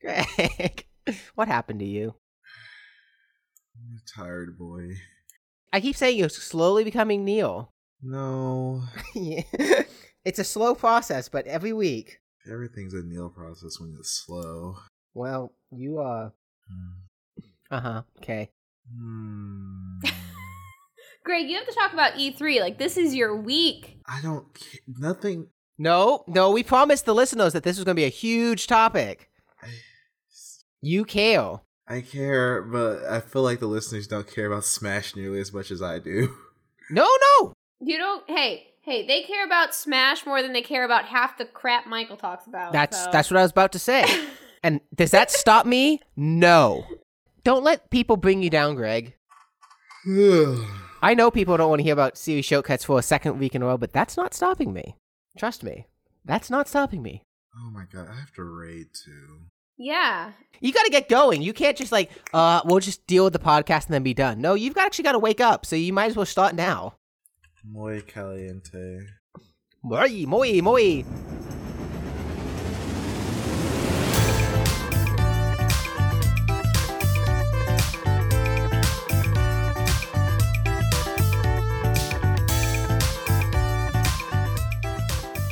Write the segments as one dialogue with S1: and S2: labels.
S1: Greg, what happened to you?
S2: I'm a tired boy.
S1: I keep saying you're slowly becoming Neil.
S2: No,
S1: Yeah. it's a slow process, but every week.
S2: everything's a Neil process when it's slow.
S1: Well, you are. Uh huh. Okay.
S2: Hmm.
S3: Greg, you have to talk about E3. Like, this is your week.
S2: I don't. ca- Nothing.
S1: No, no, we promised the listeners that this was going to be a huge topic. You care.
S2: I care, but I feel like the listeners don't care about Smash nearly as much as I do.
S1: No, no.
S3: You don't. Hey, hey, they care about Smash more than they care about half the crap Michael talks about.
S1: That's
S3: so.
S1: that's what I was about to say. And does that stop me? No. Don't let people bring you down, Greg.
S2: Oh
S1: I know people don't want to hear about series shortcuts for a second week in a row, but that's not stopping me. Trust me. That's not stopping me.
S2: Oh my god, I have to raid too.
S3: yeah.
S1: You got to get going. You can't just like, uh, we'll just deal with the podcast and then be done. No, you've got actually got to wake up. So you might as well start now.
S2: Muy caliente.
S1: Moi, moi, moi.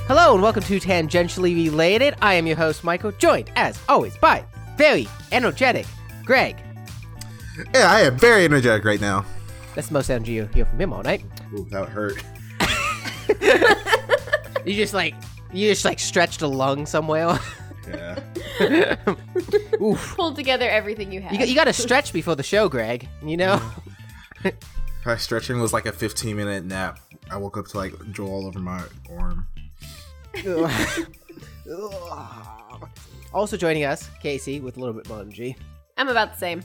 S1: Hello and welcome to Tangentially Related. I am your host, Michael, joined as always by very energetic Greg.
S2: Yeah, I am very energetic right now.
S1: That's the most energy you'll hear from him all night.
S2: Ooh, that hurt.
S1: You just like, you just like stretched a lung somewhere.
S2: Yeah.
S3: Pull together everything you have.
S1: You, got- you got to stretch before the show, Greg. You know,
S2: My stretching was like a 15 minute nap. I woke up to like drool all over my arm.
S1: also joining us, Casey, with a little bit more energy.
S3: I'm about the same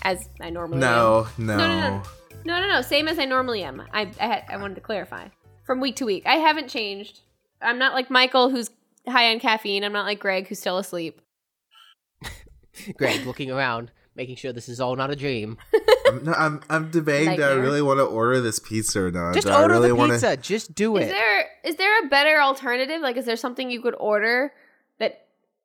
S3: as I normally
S2: No,
S3: am.
S2: no.
S3: Oh, No, no, no. No, no, no. Same as I normally am. I, I, had, I wanted to clarify. From week to week, I haven't changed. I'm not like Michael, who's high on caffeine. I'm not like Greg, who's still asleep.
S1: Greg looking around, making sure this is all not a dream.
S2: I'm, no, I'm, I'm debating do I
S3: Nightmare.
S2: really want to order this pizza or not?
S1: Just
S2: do I
S1: order
S2: really
S1: the
S2: wanna-
S1: pizza. Just do
S3: Is
S1: it.
S3: there is there a better alternative? Like, is there something you could order that?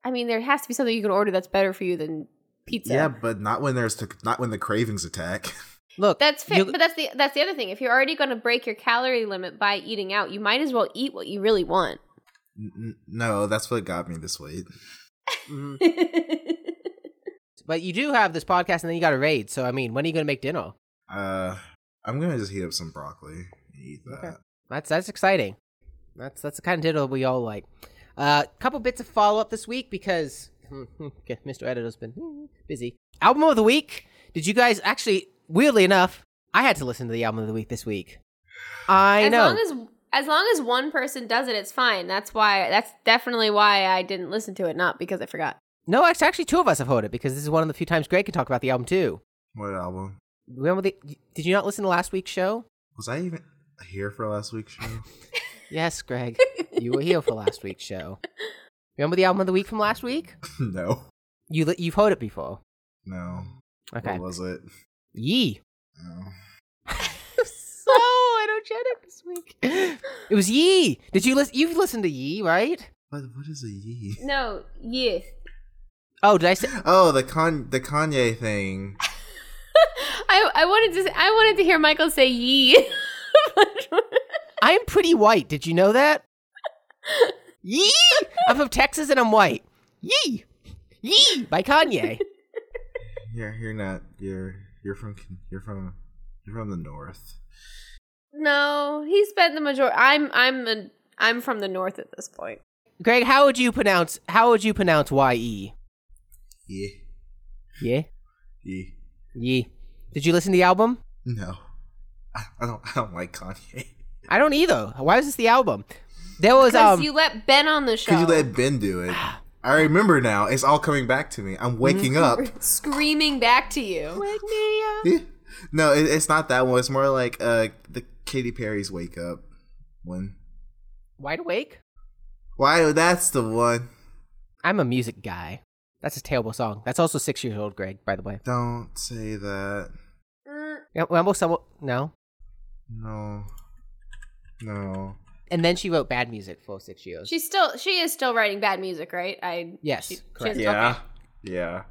S3: I mean, there has to be something you can order that's better for you than pizza.
S2: Yeah, but not when there's the, not when the cravings attack.
S1: Look,
S3: that's fair.
S1: you-
S3: but that's the that's the other thing. If you're already going to break your calorie limit by eating out, you might as well eat what you really want.
S2: N- n- no, that's what got me this weight.
S1: Mhm.
S3: I
S1: but you do have this podcast, and then you got a raid. So I mean, when are you gonna make dinner?
S2: Uh, I'm gonna just heat up some broccoli and eat that.
S1: Okay. That's that's exciting. That's that's the kind of dinner we all like. A uh, couple bits of follow up this week because hmm, okay, Mr. Editor's been mm, busy. Album of the week. Did you guys actually? Weirdly enough, I had to listen to the album of the week this week. I
S3: as
S1: know.
S3: long as as long as one person does it, it's fine. That's why. That's definitely why I didn't listen to it. Not because I forgot.
S1: no, it's actually two of us have heard it because this is one of the few times Greg can talk about the album too.
S2: What album
S1: Remember the? Did you not listen to last week's show?
S2: was I even here for last week's show?
S1: Yes, Greg, you were here for last week's show. Remember the album of the week from last week?
S2: no,
S1: You li- you've heard it before.
S2: no.
S1: Okay.
S2: What was it?
S1: Yee.
S2: Oh.
S1: so energetic this week. It was Yee. Did you listen? You've listened to Yee, right?
S2: What what is a yee?
S3: No. Yes.
S1: Oh, did I say?
S2: Oh, the con the Kanye thing.
S3: I I wanted to say, I wanted to hear Michael say yee.
S1: I'm pretty white. Did you know that? Yee. I'm from Texas and I'm white. Yee. Yee by Kanye.
S2: You're you're not you're you're from you're from you're from the north.
S3: no, he spent the majority. I'm I'm a, I'm from the north at this point.
S1: Greg, how would you pronounce? How would you pronounce Y E?
S2: Yeah,
S1: Yeah.
S2: yeah.
S1: Yee. Did you listen to the album?
S2: No, I, I don't I don't like Kanye.
S1: I don't either. Why is this the album? There was
S3: Because
S1: um.
S3: you let Ben on the show.
S2: Could you let Ben do it? I remember now. It's all coming back to me. I'm waking up.
S3: screaming back to you.
S1: Wake me up.
S2: Yeah. No, it, it's not that one. It's more like uh the Katy Perry's "Wake Up" one.
S1: Wide awake.
S2: Why? That's the one.
S1: I'm a music guy. That's a terrible song. That's also six years old, Greg. By the way.
S2: Don't say that.
S3: Mm,
S1: Yeah, Rambo Summer. No.
S2: No. No.
S1: And then she wrote bad music for six years.
S3: She's still she is still writing bad music, right? I
S1: yes.
S3: she-
S1: correct.
S3: she-
S2: Yeah. Yeah.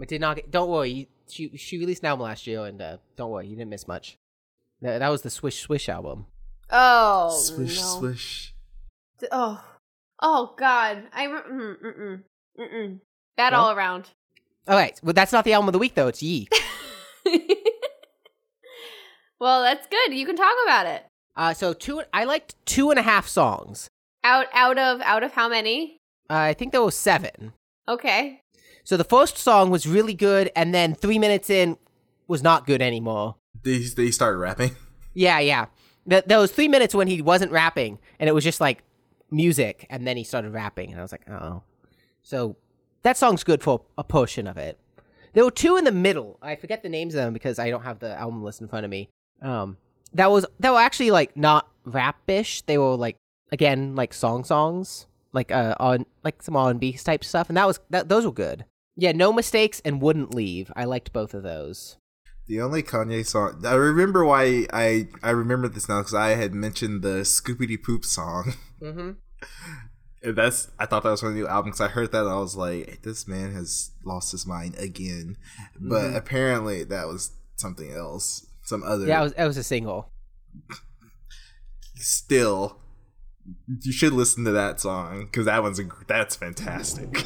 S1: It did not. Get, don't worry. You, she she released an album last year, and uh, don't worry, you didn't miss much. That, that was the Swish Swish album.
S3: Oh
S2: swish,
S3: no.
S2: swish.
S3: Th- Oh, oh God! I re- mm, mm, mm, mm, mm. bad
S1: No?
S3: all around.
S1: All right. Well, that's not the album of the week though. It's Yee.
S3: well, that's good. You can talk about it.
S1: Uh, so two. I liked two and a half songs.
S3: Out, out of, out of how many?
S1: Uh, I think there were seven.
S3: Okay.
S1: So the first song was really good, and then three minutes in was not good anymore.
S2: They they started rapping.
S1: Yeah, yeah. Th- there was three minutes when he wasn't rapping, and it was just like music, and then he started rapping, and I was like, oh. So that song's good for a portion of it. There were two in the middle. I forget the names of them because I don't have the album list in front of me. Um, that was that were actually like not rapish. They were like again like song songs, like uh on like some R and B type stuff, and that was that those were good. Yeah, no mistakes and wouldn't leave. I liked both of those.
S2: The only Kanye song I remember why I I remember this now because I had mentioned the Scoopity Poop song.
S1: Mm-hmm.
S2: And that's I thought that was from the new album because I heard that and I was like, this man has lost his mind again. But
S1: Mhm.
S2: apparently that was something else, some other.
S1: Yeah, it was it was a single.
S2: Still, you should listen to that song because that one's a, gr- that's fantastic.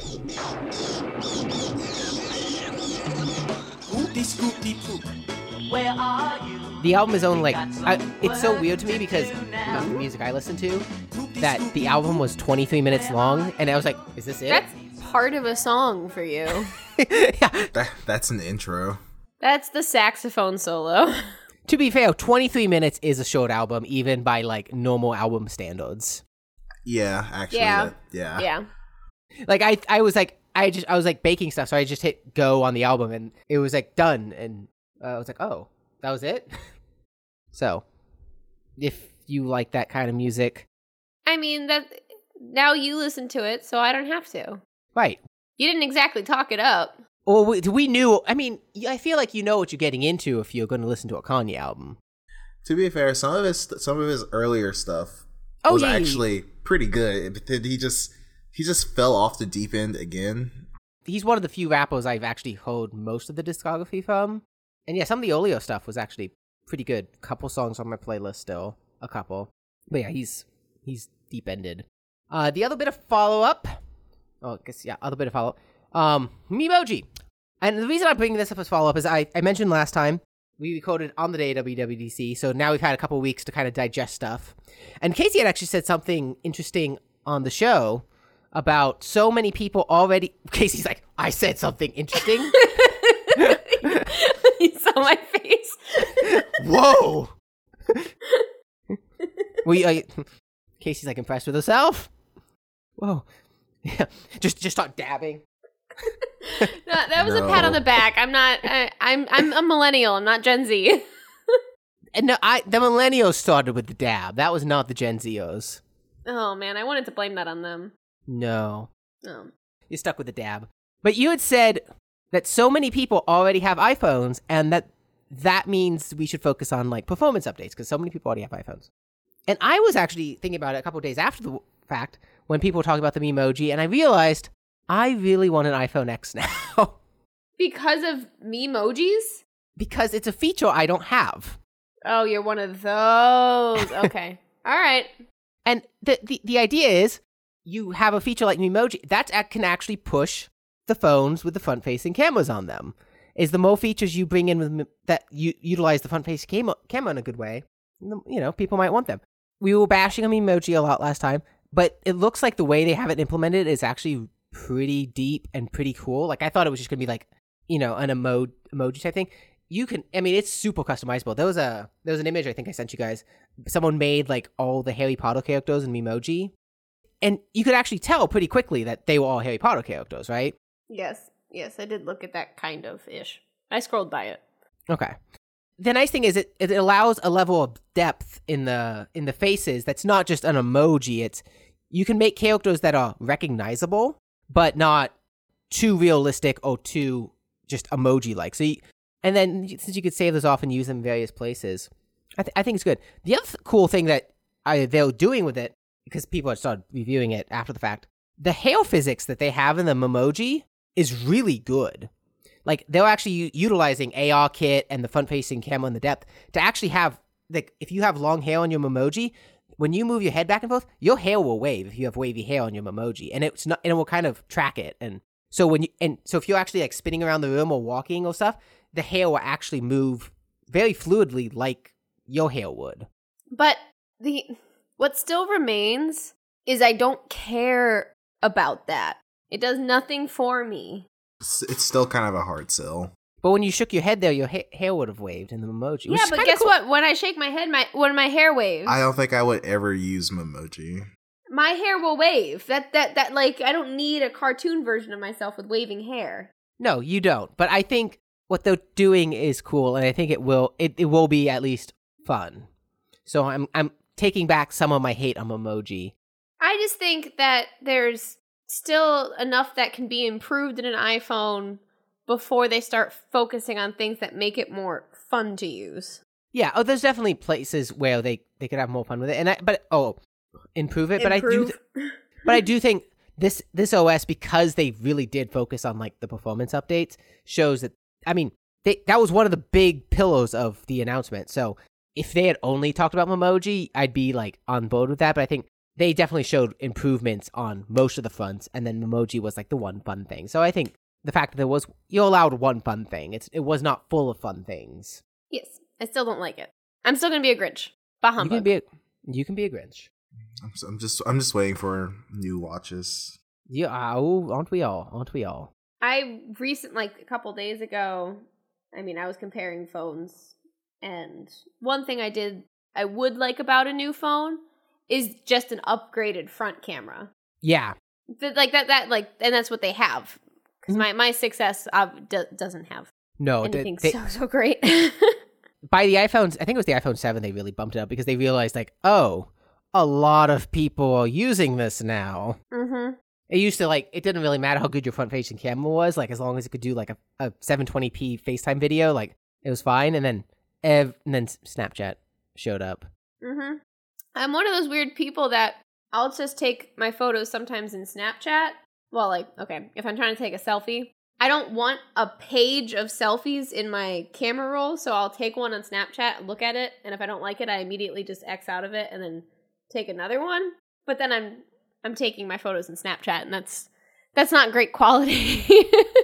S4: Whoopty scoopty poop. Where are you?
S1: The album is only like I, it's so weird to me because of the music I listen to
S4: Whoopty
S1: that
S4: scoopty
S1: the album was 23 minutes long and I was like, is this it?
S3: That's part of a song for you.
S1: yeah.
S2: That that's an intro.
S3: That's the saxophone solo.
S1: To be fair, 23 minutes is a short album even by like normal album standards.
S2: Yeah, actually,
S3: Yeah.
S2: that- yeah,
S3: yeah.
S1: Like I I was like I just I was like baking stuff so I just hit go on the album and it was like done and uh, I was like, "Oh, that was it?" so, if you like that kind of music,
S3: I mean that. Now you listen to it, so I don't have to.
S1: right.
S3: You didn't exactly talk it up.
S1: Well, we, we knew. I mean, y- I feel like you know what you're getting into if you're going to listen to a Kanye album.
S2: To be fair, some of his some of his earlier stuff
S1: Oh,
S2: was
S1: yeah, yeah, yeah.
S2: actually pretty good, but then he just he just fell off the deep end again.
S1: He's one of the few rappers I've actually heard most of the discography from. And yeah, some of the Olio stuff was actually pretty good. couple songs on my playlist still, a couple. But yeah, he's he's deep ended. Uh, the other bit of follow up. Oh, I guess yeah, other bit of follow up. Um, Memoji. And the reason I'm bringing this up as follow up is I, I mentioned last time we recorded on the day of WWDC, so now we've had a couple weeks to kind of digest stuff. And Casey had actually said something interesting on the show about so many people already. Casey's like, I said something interesting.
S3: you saw my face.
S1: Whoa! we, uh, Casey's like impressed with herself. Whoa! Yeah, just just start dabbing.
S3: No, that was a pat on
S2: No.
S3: the back. I'm not. I, I'm. I'm a millennial. I'm not Gen Z.
S1: And no, I the millennials started with the dab. That was not the Gen Zers.
S3: Oh man, I wanted to blame that on them.
S1: No.
S3: Oh.
S1: You're stuck with the dab. But you had said that so many people already have iPhones, and that that means we should focus on like performance updates because so many people already have iPhones. And I was actually thinking about it a couple days after the fact when people were talking about the emoji, and I realized I really want an iPhone X now
S3: Because of memojis?
S1: because it's a feature I don't have.
S3: Oh, you're one of those. Okay. All right.
S1: And the, the, the idea is you have a feature like Memoji that ac- can actually push the phones with the front facing cameras on them. Is the more features you bring in with Mem- that you utilize the front facing camera, camera in a good way, the- you know, people might want them. We were bashing on Memoji a lot last time, but it looks like the way they have it implemented is actually pretty deep and pretty cool. Like I thought it was just going to be like, you know, an emo- emoji type thing. You can, I mean, it's super customizable. There was a there was an image I think I sent you guys someone made like all the Harry Potter characters in Memoji. And you could actually tell pretty quickly that they were all Harry Potter characters, right?
S3: Yes. Yes, I did look at that kind of ish. I scrolled by it.
S1: Okay. The nice thing is it, it allows a level of depth in the in the faces that's not just an emoji. It's you can make characters that are recognizable, but not too realistic or too just emoji like. So, you, and then y- since you could save those off and use them in various places, I, th- I think it's good. The other th- cool thing that I, they're doing with it because people had started reviewing it after the fact, the hail physics that they have in the emoji is really good. Like they're actually u- utilizing AR kit and the front facing camera and the depth to actually have like if you have long hair on your Memoji, when you move your head back and forth, your hair will wave if you have wavy hair on your Memoji, and it's not and it will kind of track it. And so when you and so if you're actually like spinning around the room or walking or stuff, the hair will actually move very fluidly like your hair would.
S3: But the what still remains is I don't care about that. It does nothing for me.
S2: It's, it's still kind of a hard sell.
S1: But when you shook your head there, your ha- hair would have waved in the Memoji. which
S3: yeah,
S1: is
S3: but
S1: kinda
S3: guess
S1: cool.
S3: what? When I shake my head, my when my hair waves,
S2: I don't think I would ever use Memoji.
S3: my hair will wave. That that that like I don't need a cartoon version of myself with waving hair.
S1: No, you don't. But I think what they're doing is cool, and I think it will it, it will be at least fun. So I'm I'm taking back some of my hate on Memoji.
S3: I just think that there's still enough that can be improved in an iPhone before they start focusing on things that make it more fun to use.
S1: Yeah. Oh, there's definitely places where they they could have more fun with it, and I but oh, improve it. But I do.
S3: Improve.
S1: Th- but I do think this this OS because they really did focus on like the performance updates shows that I mean they, that was one of the big pillows of the announcement. So if they had only talked about Memoji, I'd be like on board with that. But I think they definitely showed improvements on most of the fronts, and then Memoji was like the one fun thing. So I think the fact that there was you allowed one fun thing, it's it was not full of fun things.
S3: yes, I still don't like it. I'm still gonna be a Grinch. Bah
S1: You can
S3: humbug.
S1: be a, you can be a Grinch.
S2: I'm, s- I'm just I'm just waiting for new watches.
S1: You oh, aren't we all? Aren't we all?
S3: I recent like a couple days ago, I mean, I was comparing phones and one thing I did I would like about a new phone is just an upgraded front camera.
S1: Yeah,
S3: Th- like that that like and that's what they have. Cuz
S1: Mm-hmm.
S3: my my 6S uh, do- doesn't have
S1: no, they-
S3: anything
S1: Oh, they-
S3: so so great. Mm-hmm.
S1: by the iPhones, I think it was the iPhone 7 they really bumped it up because they realized like, oh, a lot of people are using this now.
S3: mhm.
S1: It used to like it didn't really matter how good your front facing camera was, like as long as it could do like a, a 720p FaceTime video, like it was fine. And then ev- and then S- Snapchat showed up.
S3: Mm-hmm. I'm one of those weird people that I'll just take my photos sometimes in Snapchat. Well, like, okay, if I'm trying to take a selfie, I don't want a page of selfies in my camera roll, so I'll take one on Snapchat, look at it, and if I don't like it, I immediately just X out of it and then take another one. But then I'm I'm taking my photos in Snapchat, and that's that's not great quality.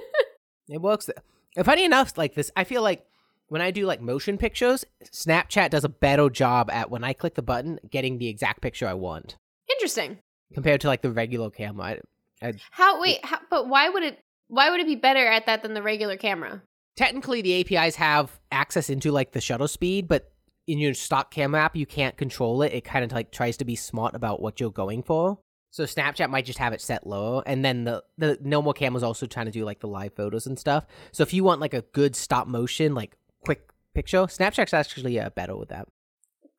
S1: It works. And funny enough, like this, I feel like when I do like motion pictures, Snapchat does a better job at when I click the button getting the exact picture I want
S3: Interesting.
S1: compared to like the regular camera. I-
S3: How wait, how, but why would it why would it be better at that than the regular camera?
S1: technically the APIs have access into like the shutter speed, but in your stock camera app you can't control it. It kind of like tries to be smart about what you're going for. So Snapchat might just have it set low, and then the the no more camera's also trying to do like the live photos and stuff. So if you want like a good stop motion, like quick picture, Snapchat's actually uh, better with that.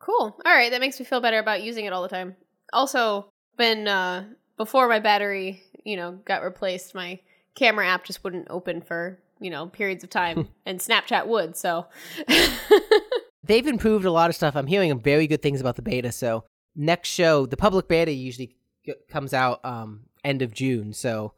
S3: Cool. All right, that makes me feel better about using it all the time. Also, when uh, before my battery, you know, got replaced, my camera app just wouldn't open for you know periods of time, and Snapchat would. So,
S1: They've improved a lot of stuff. I'm hearing very good things about the beta. So next show, the public beta usually g- comes out um, end of June. So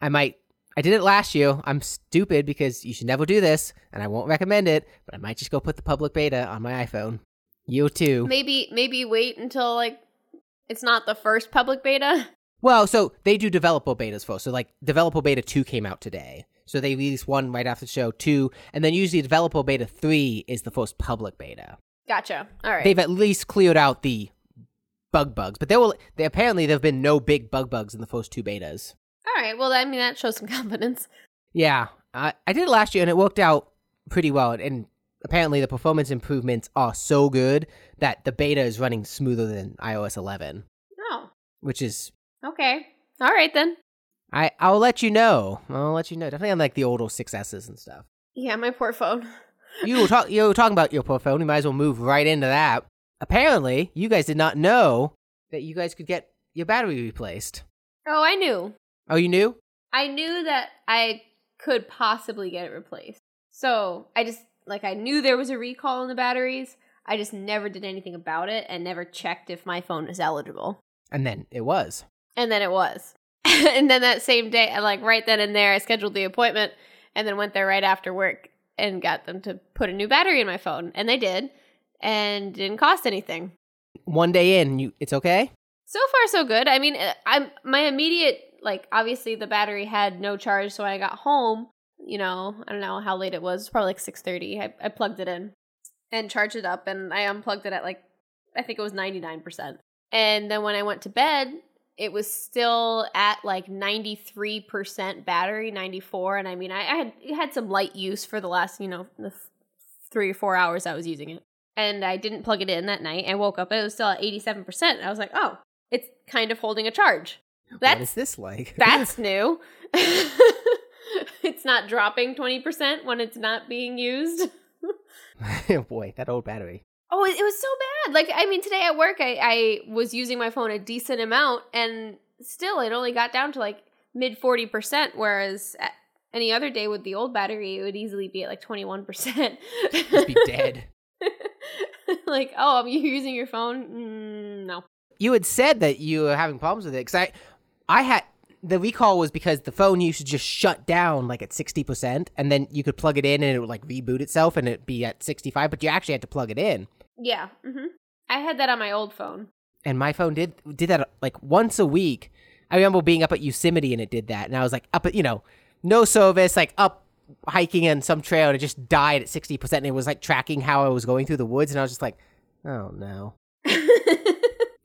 S1: I might. I did it last year. I'm stupid because you should never do this, and I won't recommend it. But I might just go put the public beta on my iPhone. You too.
S3: maybe maybe wait until like it's not the first public beta.
S1: Well, so they do developer betas first. So like developer beta two came out today. So they release one right after the show, two, and then usually developer beta three is the first public beta.
S3: Gotcha. All right.
S1: they've at least cleared out the bug bugs, but there will they, apparently there have been no big bug bugs in the first two betas.
S3: all right. Well, I mean that shows some confidence.
S1: Yeah, I, I did it last year and it worked out pretty well. And, and apparently the performance improvements are so good that the beta is running smoother than iOS 11,
S3: Oh,
S1: which is
S3: okay. All right then.
S1: I I'll let you know. I'll let you know. Definitely on like the older 6s and stuff.
S3: Yeah, my poor phone.
S1: You were, talk, you were talking about your portfolio. You might as well move right into that. Apparently, you guys did not know that you guys could get your battery replaced.
S3: Oh, I knew.
S1: Oh, you knew?
S3: I knew that I could possibly get it replaced. So I just, like, I knew there was a recall on the batteries. I just never did anything about it and never checked if my phone is eligible.
S1: And then it was.
S3: And then it was. and then that same day, I like right then and there, I scheduled the appointment and then went there right after work and got them to put a new battery in my phone. And they did and didn't cost anything.
S1: One day in, you it's okay.
S3: So far, so good. I mean, uh, I'm my immediate like obviously the battery had no charge, so when I got home, you know, I don't know how late it was. It was probably like six thirty. I, I plugged it in and charged it up, and I unplugged it at like I think it was ninety nine percent. And then when I went to bed, it was still at like ninety three percent battery, ninety four. And I mean, I, I had it had some light use for the last you know the f- three or four hours I was using it and I didn't plug it in that night. I woke up and it was still at 87%. I was like, oh, it's kind of holding a charge.
S1: what is
S3: That's
S1: this like?
S3: that's new. it's not dropping 20% when it's not being used.
S1: Oh, boy, that old battery.
S3: Oh, it it was so bad. Like, I mean, today at work, I, I was using my phone a decent amount, and still it only got down to like mid 40%, whereas a- any other day with the old battery, it would easily be at like 21%.
S1: Just be dead.
S3: like, oh, I'm using your phone? Mm, no.
S1: you had said that you were having problems with it because I, I had the recall was because the phone used to just shut down like at sixty percent, and then you could plug it in and it would like reboot itself and it'd be at sixty five. But you actually had to plug it in,
S3: Yeah. hmm I had that on my old phone.
S1: and my phone did did that like once a week. I remember being up at Yosemite and it did that, and I was like up at you know no service, like up hiking on some trail, and it just died at sixty percent, and it was like tracking how I was going through the woods, and I was just like, oh no.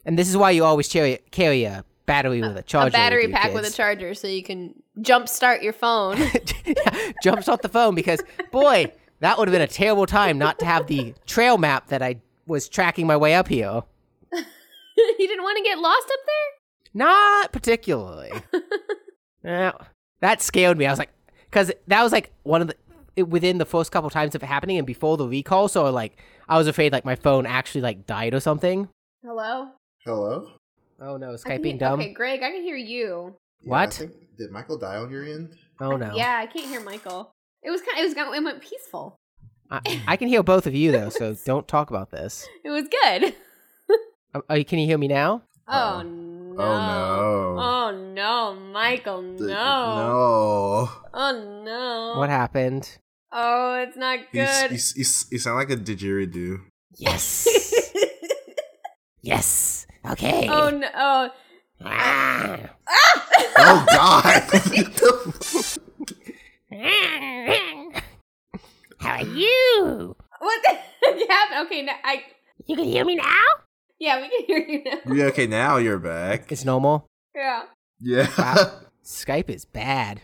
S1: And this is why you always carry carry a battery with a charger.
S3: a battery
S1: with you,
S3: pack
S1: kids.
S3: with a charger so you can jump start your phone.
S1: jumps off the phone because boy, that would have been a terrible time not to have the trail map that I was tracking my way up here.
S3: you didn't want to get lost up there?
S1: Not particularly. Yeah, that scared me. I was like, because that was like one of the it, within the first couple times of it happening and before the recall. So like, I was afraid like my phone actually like died or something.
S3: Hello?
S2: Hello.
S1: Oh no,
S3: I
S1: Skype
S3: can
S1: being
S3: hear-
S1: dumb.
S3: Okay, Greg, I can hear you.
S2: Yeah,
S1: What?
S2: I think- did Michael die on your end?
S1: Oh no,
S3: Yeah, I can't hear Michael. It was kind of, it was kind of, it went peaceful.
S1: I, I can hear both of you though, so don't talk about this.
S3: It was good.
S1: Um, Oh, can you hear me now?
S3: Oh,
S2: Oh.
S3: no.
S2: Oh no.
S3: Oh no, Michael, no.
S2: Th- No.
S3: Oh no.
S1: What happened?
S3: Oh, it's not
S2: You, s-
S3: good.
S2: you, s- you, s- you sound like a didgeridoo.
S1: Yes. Yes. Okay.
S3: oh no. Oh.
S1: Ah.
S2: Oh God!
S1: How are you?
S3: What the heck happened? Okay, now I
S1: You can hear me now?
S3: yeah, we can hear you now.
S2: yeah, okay, now you're back.
S1: It's normal.
S3: Yeah.
S2: Yeah.
S1: Wow. Skype is bad.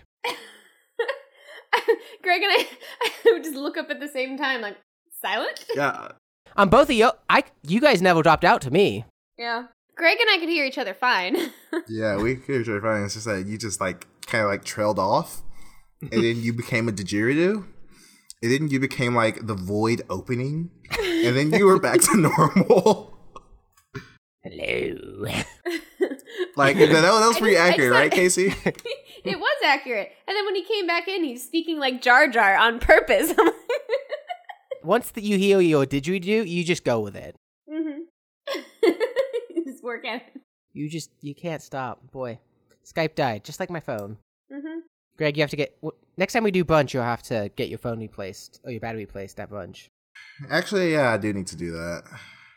S3: Greg and I, I would just look up at the same time, like silent.
S2: yeah.
S1: On both of you, I you guys never dropped out to me.
S3: Yeah. Greg and I could hear each other fine.
S2: Yeah, we could try finding. It's just that you just like kind of like trailed off, and then you became a didgeridoo, and then you became like the void opening, and then you were back to normal.
S1: Hello.
S2: Like that, that was pretty
S3: I just- I
S2: accurate, right,
S3: just-
S2: Casey?
S3: it was accurate. And then when he came back in, he's speaking like Jar Jar on purpose. I'm like,
S1: Once that you hear your didgeridoo, you just go with it.
S3: mm-hmm. just work at it.
S1: You just you can't stop. Boy, Skype died just like my phone.
S3: Mm-hmm.
S1: Greg, you have to get w- next time we do bunch, you'll have to get your phone replaced or your battery replaced at bunch.
S2: Actually, yeah, I do need to do that.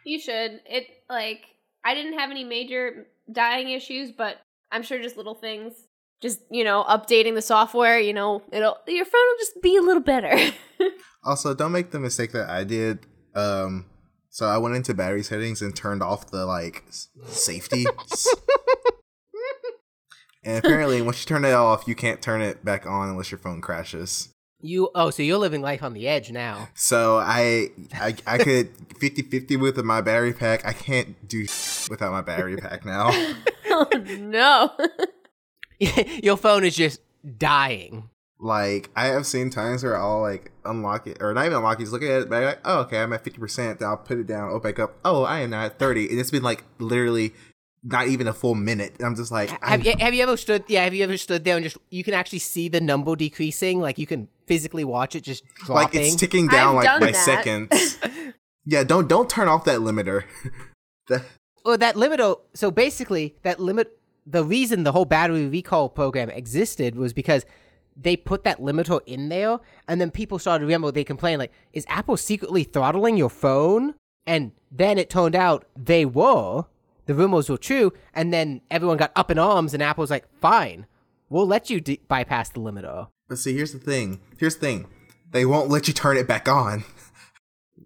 S3: You should. It like I didn't have any major dying issues, but I'm sure just little things. Just you know, updating the software. You know, it'll your phone will just be a little better.
S2: Also, don't make the mistake that I did. Um, so I went into battery settings and turned off the like s- safety. and apparently, once you turn it off, you can't turn it back on unless your phone crashes.
S1: You oh, so you're living life on the edge now.
S2: So I I, I could 50-50 with my battery pack. I can't do without my battery pack now.
S3: oh no.
S1: your phone is just dying.
S2: Like I have seen times where I'll like unlock it or not even unlock it, just look at it, but I'm like, oh okay, I'm at fifty percent. Then I'll put it down, open back up. Oh, I am now at thirty, and it's been like literally not even a full minute. And I'm just like, I'm,
S1: Have you, have you ever stood? Yeah, have you ever stood there and just you can actually see the number decreasing? Like you can physically watch it just
S2: like
S1: dropping.
S2: it's ticking down
S3: I've
S2: like
S3: done
S2: by
S3: that.
S2: seconds. yeah, don't don't turn off that limiter.
S1: or that limit. oh, So basically, that limit the reason the whole battery recall program existed was because they put that limiter in there, and then people started to remember they complained like, "Is Apple secretly throttling your phone?" And then it turned out they were. The rumors were true, and then everyone got up in arms, and Apple's like, "Fine, we'll let you d- bypass the limiter."
S2: But see, here's the thing. Here's the thing. They won't let you turn it back on.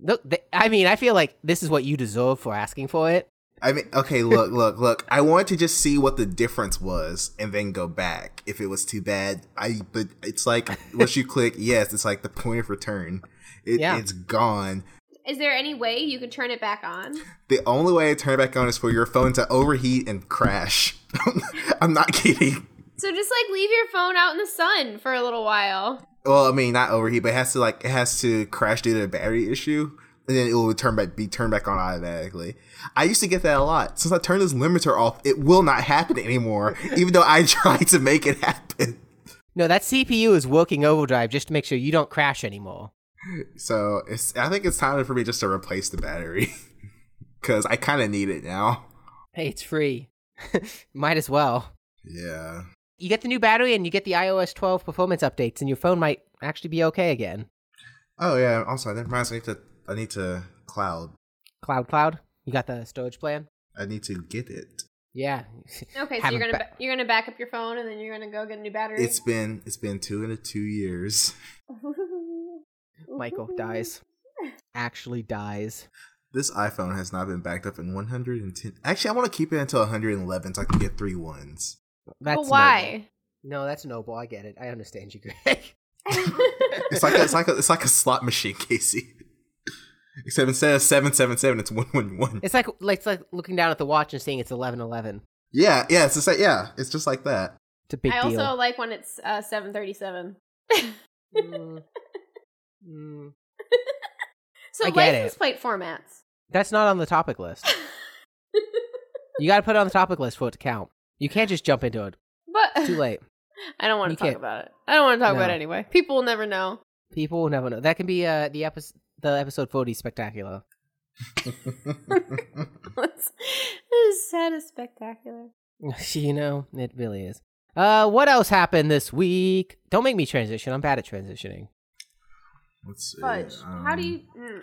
S1: Look, th- I mean, I feel like this is what you deserve for asking for it.
S2: I mean, okay, look, look, look. I wanted to just see what the difference was and then go back. If it was too bad, I but it's like once you click yes, it's like the point of return. It,
S1: Yeah.
S2: It's gone.
S3: Is there any way you can turn it back on?
S2: The only way to turn it back on is for your phone to overheat and crash. I'm not kidding.
S3: So just like leave your phone out in the sun for a little while.
S2: Well, I mean, not overheat, but it has to like it has to crash due to a battery issue, and then it will turn back be turned back on automatically. I used to get that a lot. Since I turned this limiter off, it will not happen anymore, even though I tried to make it happen.
S1: No, that CPU is working overdrive just to make sure you don't crash anymore.
S2: So it's I think it's time for me just to replace the battery because I kind of need it now.
S1: Hey, it's free. might as well.
S2: Yeah.
S1: You get the new battery and you get the iOS 12 performance updates, and your phone might actually be okay again.
S2: Oh yeah. Also, that reminds me I need to I need to cloud.
S1: Cloud, cloud. You got the storage plan?
S2: I need to get it.
S1: Yeah.
S3: Okay, so
S1: Haven't
S3: you're gonna
S1: ba-
S3: ba- you're gonna back up your phone and then you're gonna go get a new battery.
S2: It's been it's been two and a two years.
S1: Michael dies. Actually dies.
S2: This iPhone has not been backed up in 110. Actually, I want to keep it until 111 so I can get three ones.
S1: That's
S3: but why?
S1: Noble. No, that's noble. I get it. I understand you, Greg.
S2: It's like a, it's like a, it's like a slot machine, Casey. Except instead of 777, it's 111.
S1: it's like like it's like looking down at the watch and seeing it's eleven eleven.
S2: Yeah, yeah, it's the same. Yeah, it's just like that.
S1: It's a big
S3: I
S1: deal.
S3: also like when it's uh, seven thirty seven.
S1: Mm. Mm.
S3: So
S1: I get
S3: license
S1: it.
S3: plate formats.
S1: That's not on the topic list. you got to put it on the topic list for it to count. You can't just jump into it.
S3: But
S1: Too late.
S3: I don't want
S1: You
S3: to talk
S1: can't-
S3: about it. I don't want to talk about
S1: No.
S3: it anyway. People will never know.
S1: People will never know. That can be uh, the episode, the episode forty spectacular.
S3: this is sad as spectacular.
S1: you know, it really is. Uh, what else happened this week? Don't make me transition. I'm bad at transitioning.
S2: Let's see. um,
S3: Fudge. How do you? Mm.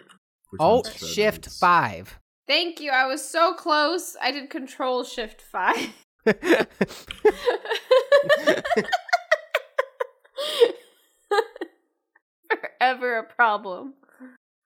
S2: which
S1: Alt
S2: one's better?
S1: Shift Five.
S3: Thank you. I was so close. I did Control Shift Five. Forever a problem.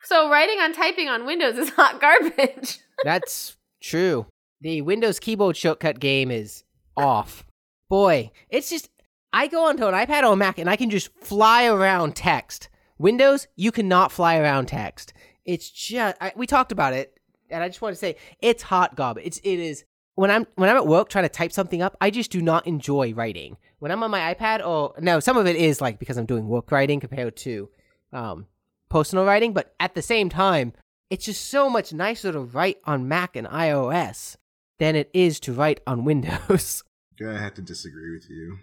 S3: So writing on typing on Windows is hot garbage.
S1: That's true. The Windows keyboard shortcut game is off. Boy, it's just I go onto an iPad or a Mac and I can just fly around text. Windows, you cannot fly around text. It's just I, we talked about it, and I just want to say it's hot garbage. It's it is when I'm when I'm at work trying to type something up, I just do not enjoy writing. When I'm on my iPad or no, some of it is like because I'm doing work writing compared to um, personal writing, but at the same time, it's just so much nicer to write on Mac and iOS than it is to write on Windows.
S2: Gonna have to disagree with you.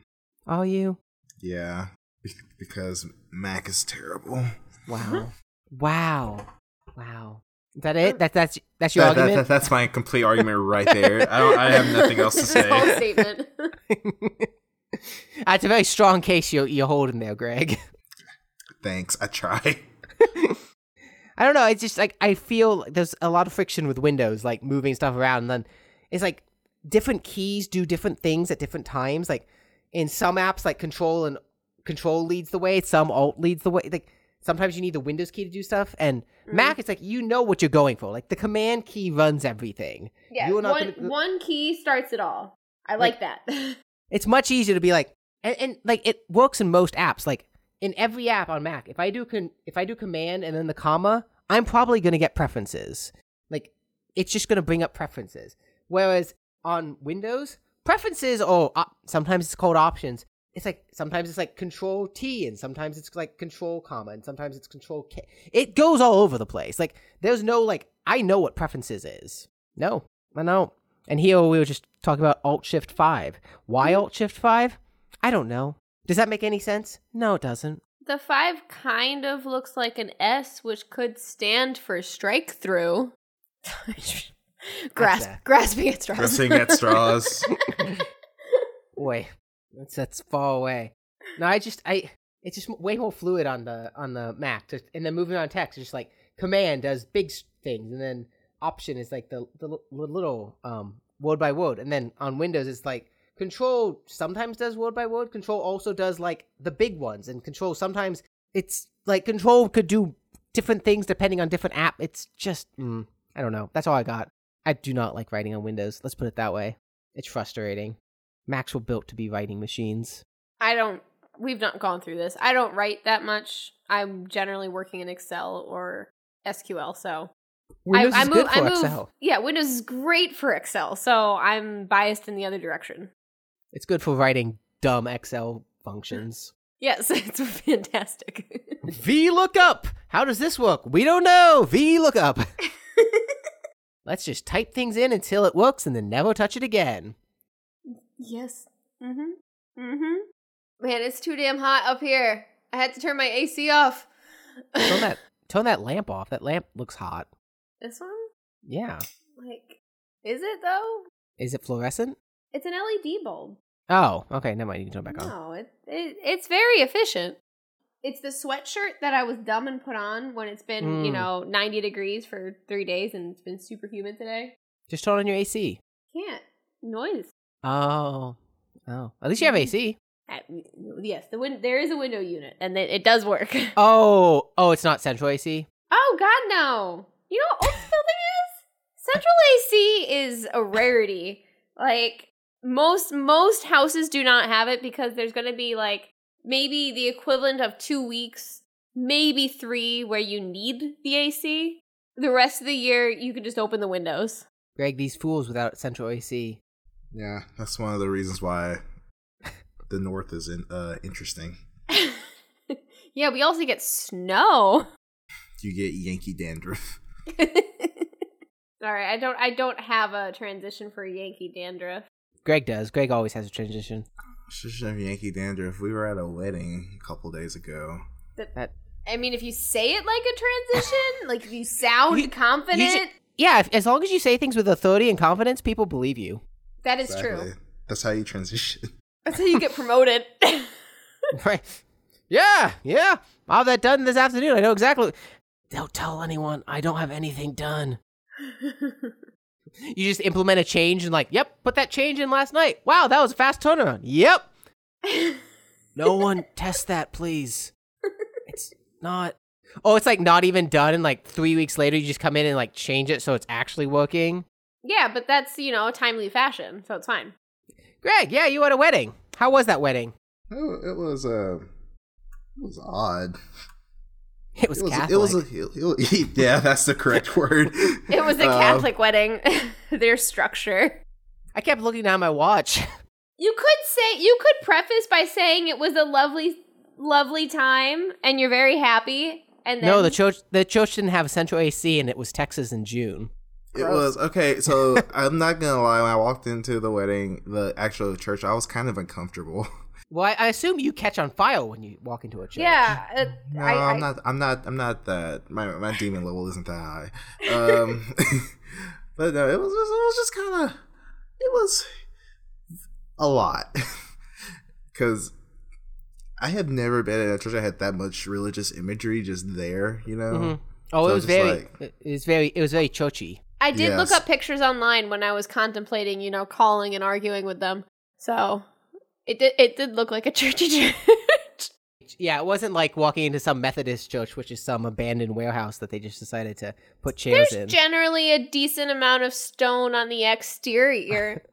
S1: Are you?
S2: Yeah, because Mac is terrible.
S1: Wow. wow. Wow. Is that it? That, that's that's your
S2: That- that-
S1: argument?
S2: that- that's my complete argument right there. I, don't, I have nothing else to
S3: Whole
S2: say.
S3: statement.
S1: that's a very strong case you're, you're holding there, Greg.
S2: Thanks. I try.
S1: I don't know. It's just like I feel there's a lot of friction with Windows, like moving stuff around. And then it's like different keys do different things at different times. Like in some apps, like Control and Control leads the way. Some Alt leads the way. Like sometimes you need the Windows key to do stuff. And Mac, it's like you know what you're going for. Like the Command key runs everything.
S3: yeah,
S1: You were
S3: one,
S1: not gonna- uh,
S3: one key starts it all. I like, that.
S1: It's much easier to be like, and, and like it works in most apps. Like in every app on Mac, if I do con- if I do command and then the comma, I'm probably gonna get preferences. Like it's just gonna bring up preferences. Whereas on Windows, preferences or op- sometimes it's called options. It's like sometimes it's like Control T and sometimes it's like Control comma and sometimes it's Control K. It goes all over the place. Like there's no like I know what preferences is. No, I know. And here we were just talking about Alt Shift Five. Why Alt Shift Five? I don't know. Does that make any sense? No, it doesn't.
S3: The five kind of looks like an S, which could stand for strike through. Grasp,
S1: Gotcha.
S3: grasping at straws.
S2: Pressing at straws.
S1: Wait, that's that's far away. No, I just I it's just way more fluid on the on the map. Just- and then moving on text, it's just like command does big s- things, and then option is like the the l- little um word by word, and then on Windows it's like control sometimes does word by word. Control also does like the big ones, and control sometimes it's like control could do different things depending on different app. It's just mm, I don't know. That's all I got. I do not like writing on Windows. Let's put it that way. It's frustrating. Macs were built to be writing machines.
S3: I don't. We've not gone through this. I don't write that much. I'm generally working in Excel or SQL, so
S1: Windows
S3: I, I
S1: is
S3: move.
S1: good for
S3: I move.
S1: Excel.
S3: Yeah, Windows is great for Excel, so I'm biased in the other direction.
S1: It's good for writing dumb Excel functions.
S3: Yes, it's fantastic.
S1: V lookup. How does this work? We don't know. V lookup. Let's just type things in until it works and then never touch it again.
S3: yes. Mhm. Mhm. Man, it's too damn hot up here. I had to turn my AC off.
S1: Turn that turn that lamp off. That lamp looks hot.
S3: this one,
S1: Yeah.
S3: like, is it though?
S1: Is it fluorescent?
S3: It's an LED bulb.
S1: Oh, okay, never mind. You can turn it back on.
S3: No, it, it it's very efficient. It's the sweatshirt that I was dumb and put on when it's been, you
S1: Mm.
S3: know, 90 degrees for three days and it's been super humid today.
S1: Just turn on your AC.
S3: Can't. Noise.
S1: Oh. Oh. At least you have
S3: Mm-hmm.
S1: AC.
S3: I- yes, the win- there is a window unit and it, it does work.
S1: Oh. Oh, it's not central AC.
S3: Oh, God, no. You know what old this building is? Central AC is a rarity. Like, most most houses do not have it because there's going to be like maybe the equivalent of two weeks, maybe three, where you need the AC. The rest of the year, you can just open the windows.
S1: Greg, these fools without central AC.
S2: Yeah, that's one of the reasons why the North is in, uh, interesting.
S3: yeah, we also get snow.
S2: You get Yankee dandruff.
S3: All right, I don't I don't have a transition for Yankee dandruff.
S1: Greg does. Greg always has a transition.
S2: Should have Yankee dandruff. We were at a wedding a couple days ago.
S3: I mean, if you say it like a transition, like if you sound
S1: You-
S3: confident,
S1: You ju- yeah, if, as long as you say things with authority and confidence, people believe you.
S3: that is
S2: Exactly.
S3: true.
S2: That's how you transition.
S3: That's how you get promoted.
S1: right? Yeah, yeah. I'll have that done this afternoon. I know exactly. Don't tell anyone. I don't have anything done. You just implement a change and like, yep, put that change in last night. Wow, that was a fast turnaround. Yep. No one test that, please. It's not. Oh, it's like not even done, and like three weeks later, you just come in and like change it so it's actually working.
S3: yeah, but that's you know a timely fashion, so it's fine.
S1: Greg, yeah, you had a wedding. How was that wedding?
S2: Oh, it was uh, it was odd.
S1: It was,
S2: it was
S1: Catholic.
S2: it was a it- it- yeah, that's the correct word.
S3: It was a
S2: Um,
S3: Catholic wedding. Their structure.
S1: I kept looking down at my watch.
S3: You could say you could preface by saying it was a lovely, lovely time, and you're very happy. And then
S1: no, the church the church didn't have central AC, and it was Texas in June.
S2: It was okay. So I'm not gonna lie. When I walked into the wedding, the actual church, I was kind of uncomfortable.
S1: Well, I, I assume you catch on fire when you walk into a church.
S3: yeah, uh,
S2: No,
S3: I,
S2: I,
S3: I-
S2: am not. I'm not. I'm not that. My my demon level isn't that high. Um, but no, it was. It was just kind of. It was a lot because I have never been in a church that had that much religious imagery just there. You know.
S1: Mhm. Oh,
S2: So
S1: it was
S2: just
S1: very, it was very, it was very churchy.
S3: I did look
S2: Yes.
S3: up pictures online when I was contemplating, you know, calling and arguing with them. So it did it did look like a churchy church.
S1: Yeah, it wasn't like walking into some Methodist church, which is some abandoned warehouse that they just decided to put chairs in.
S3: There's generally a decent amount of stone on the exterior.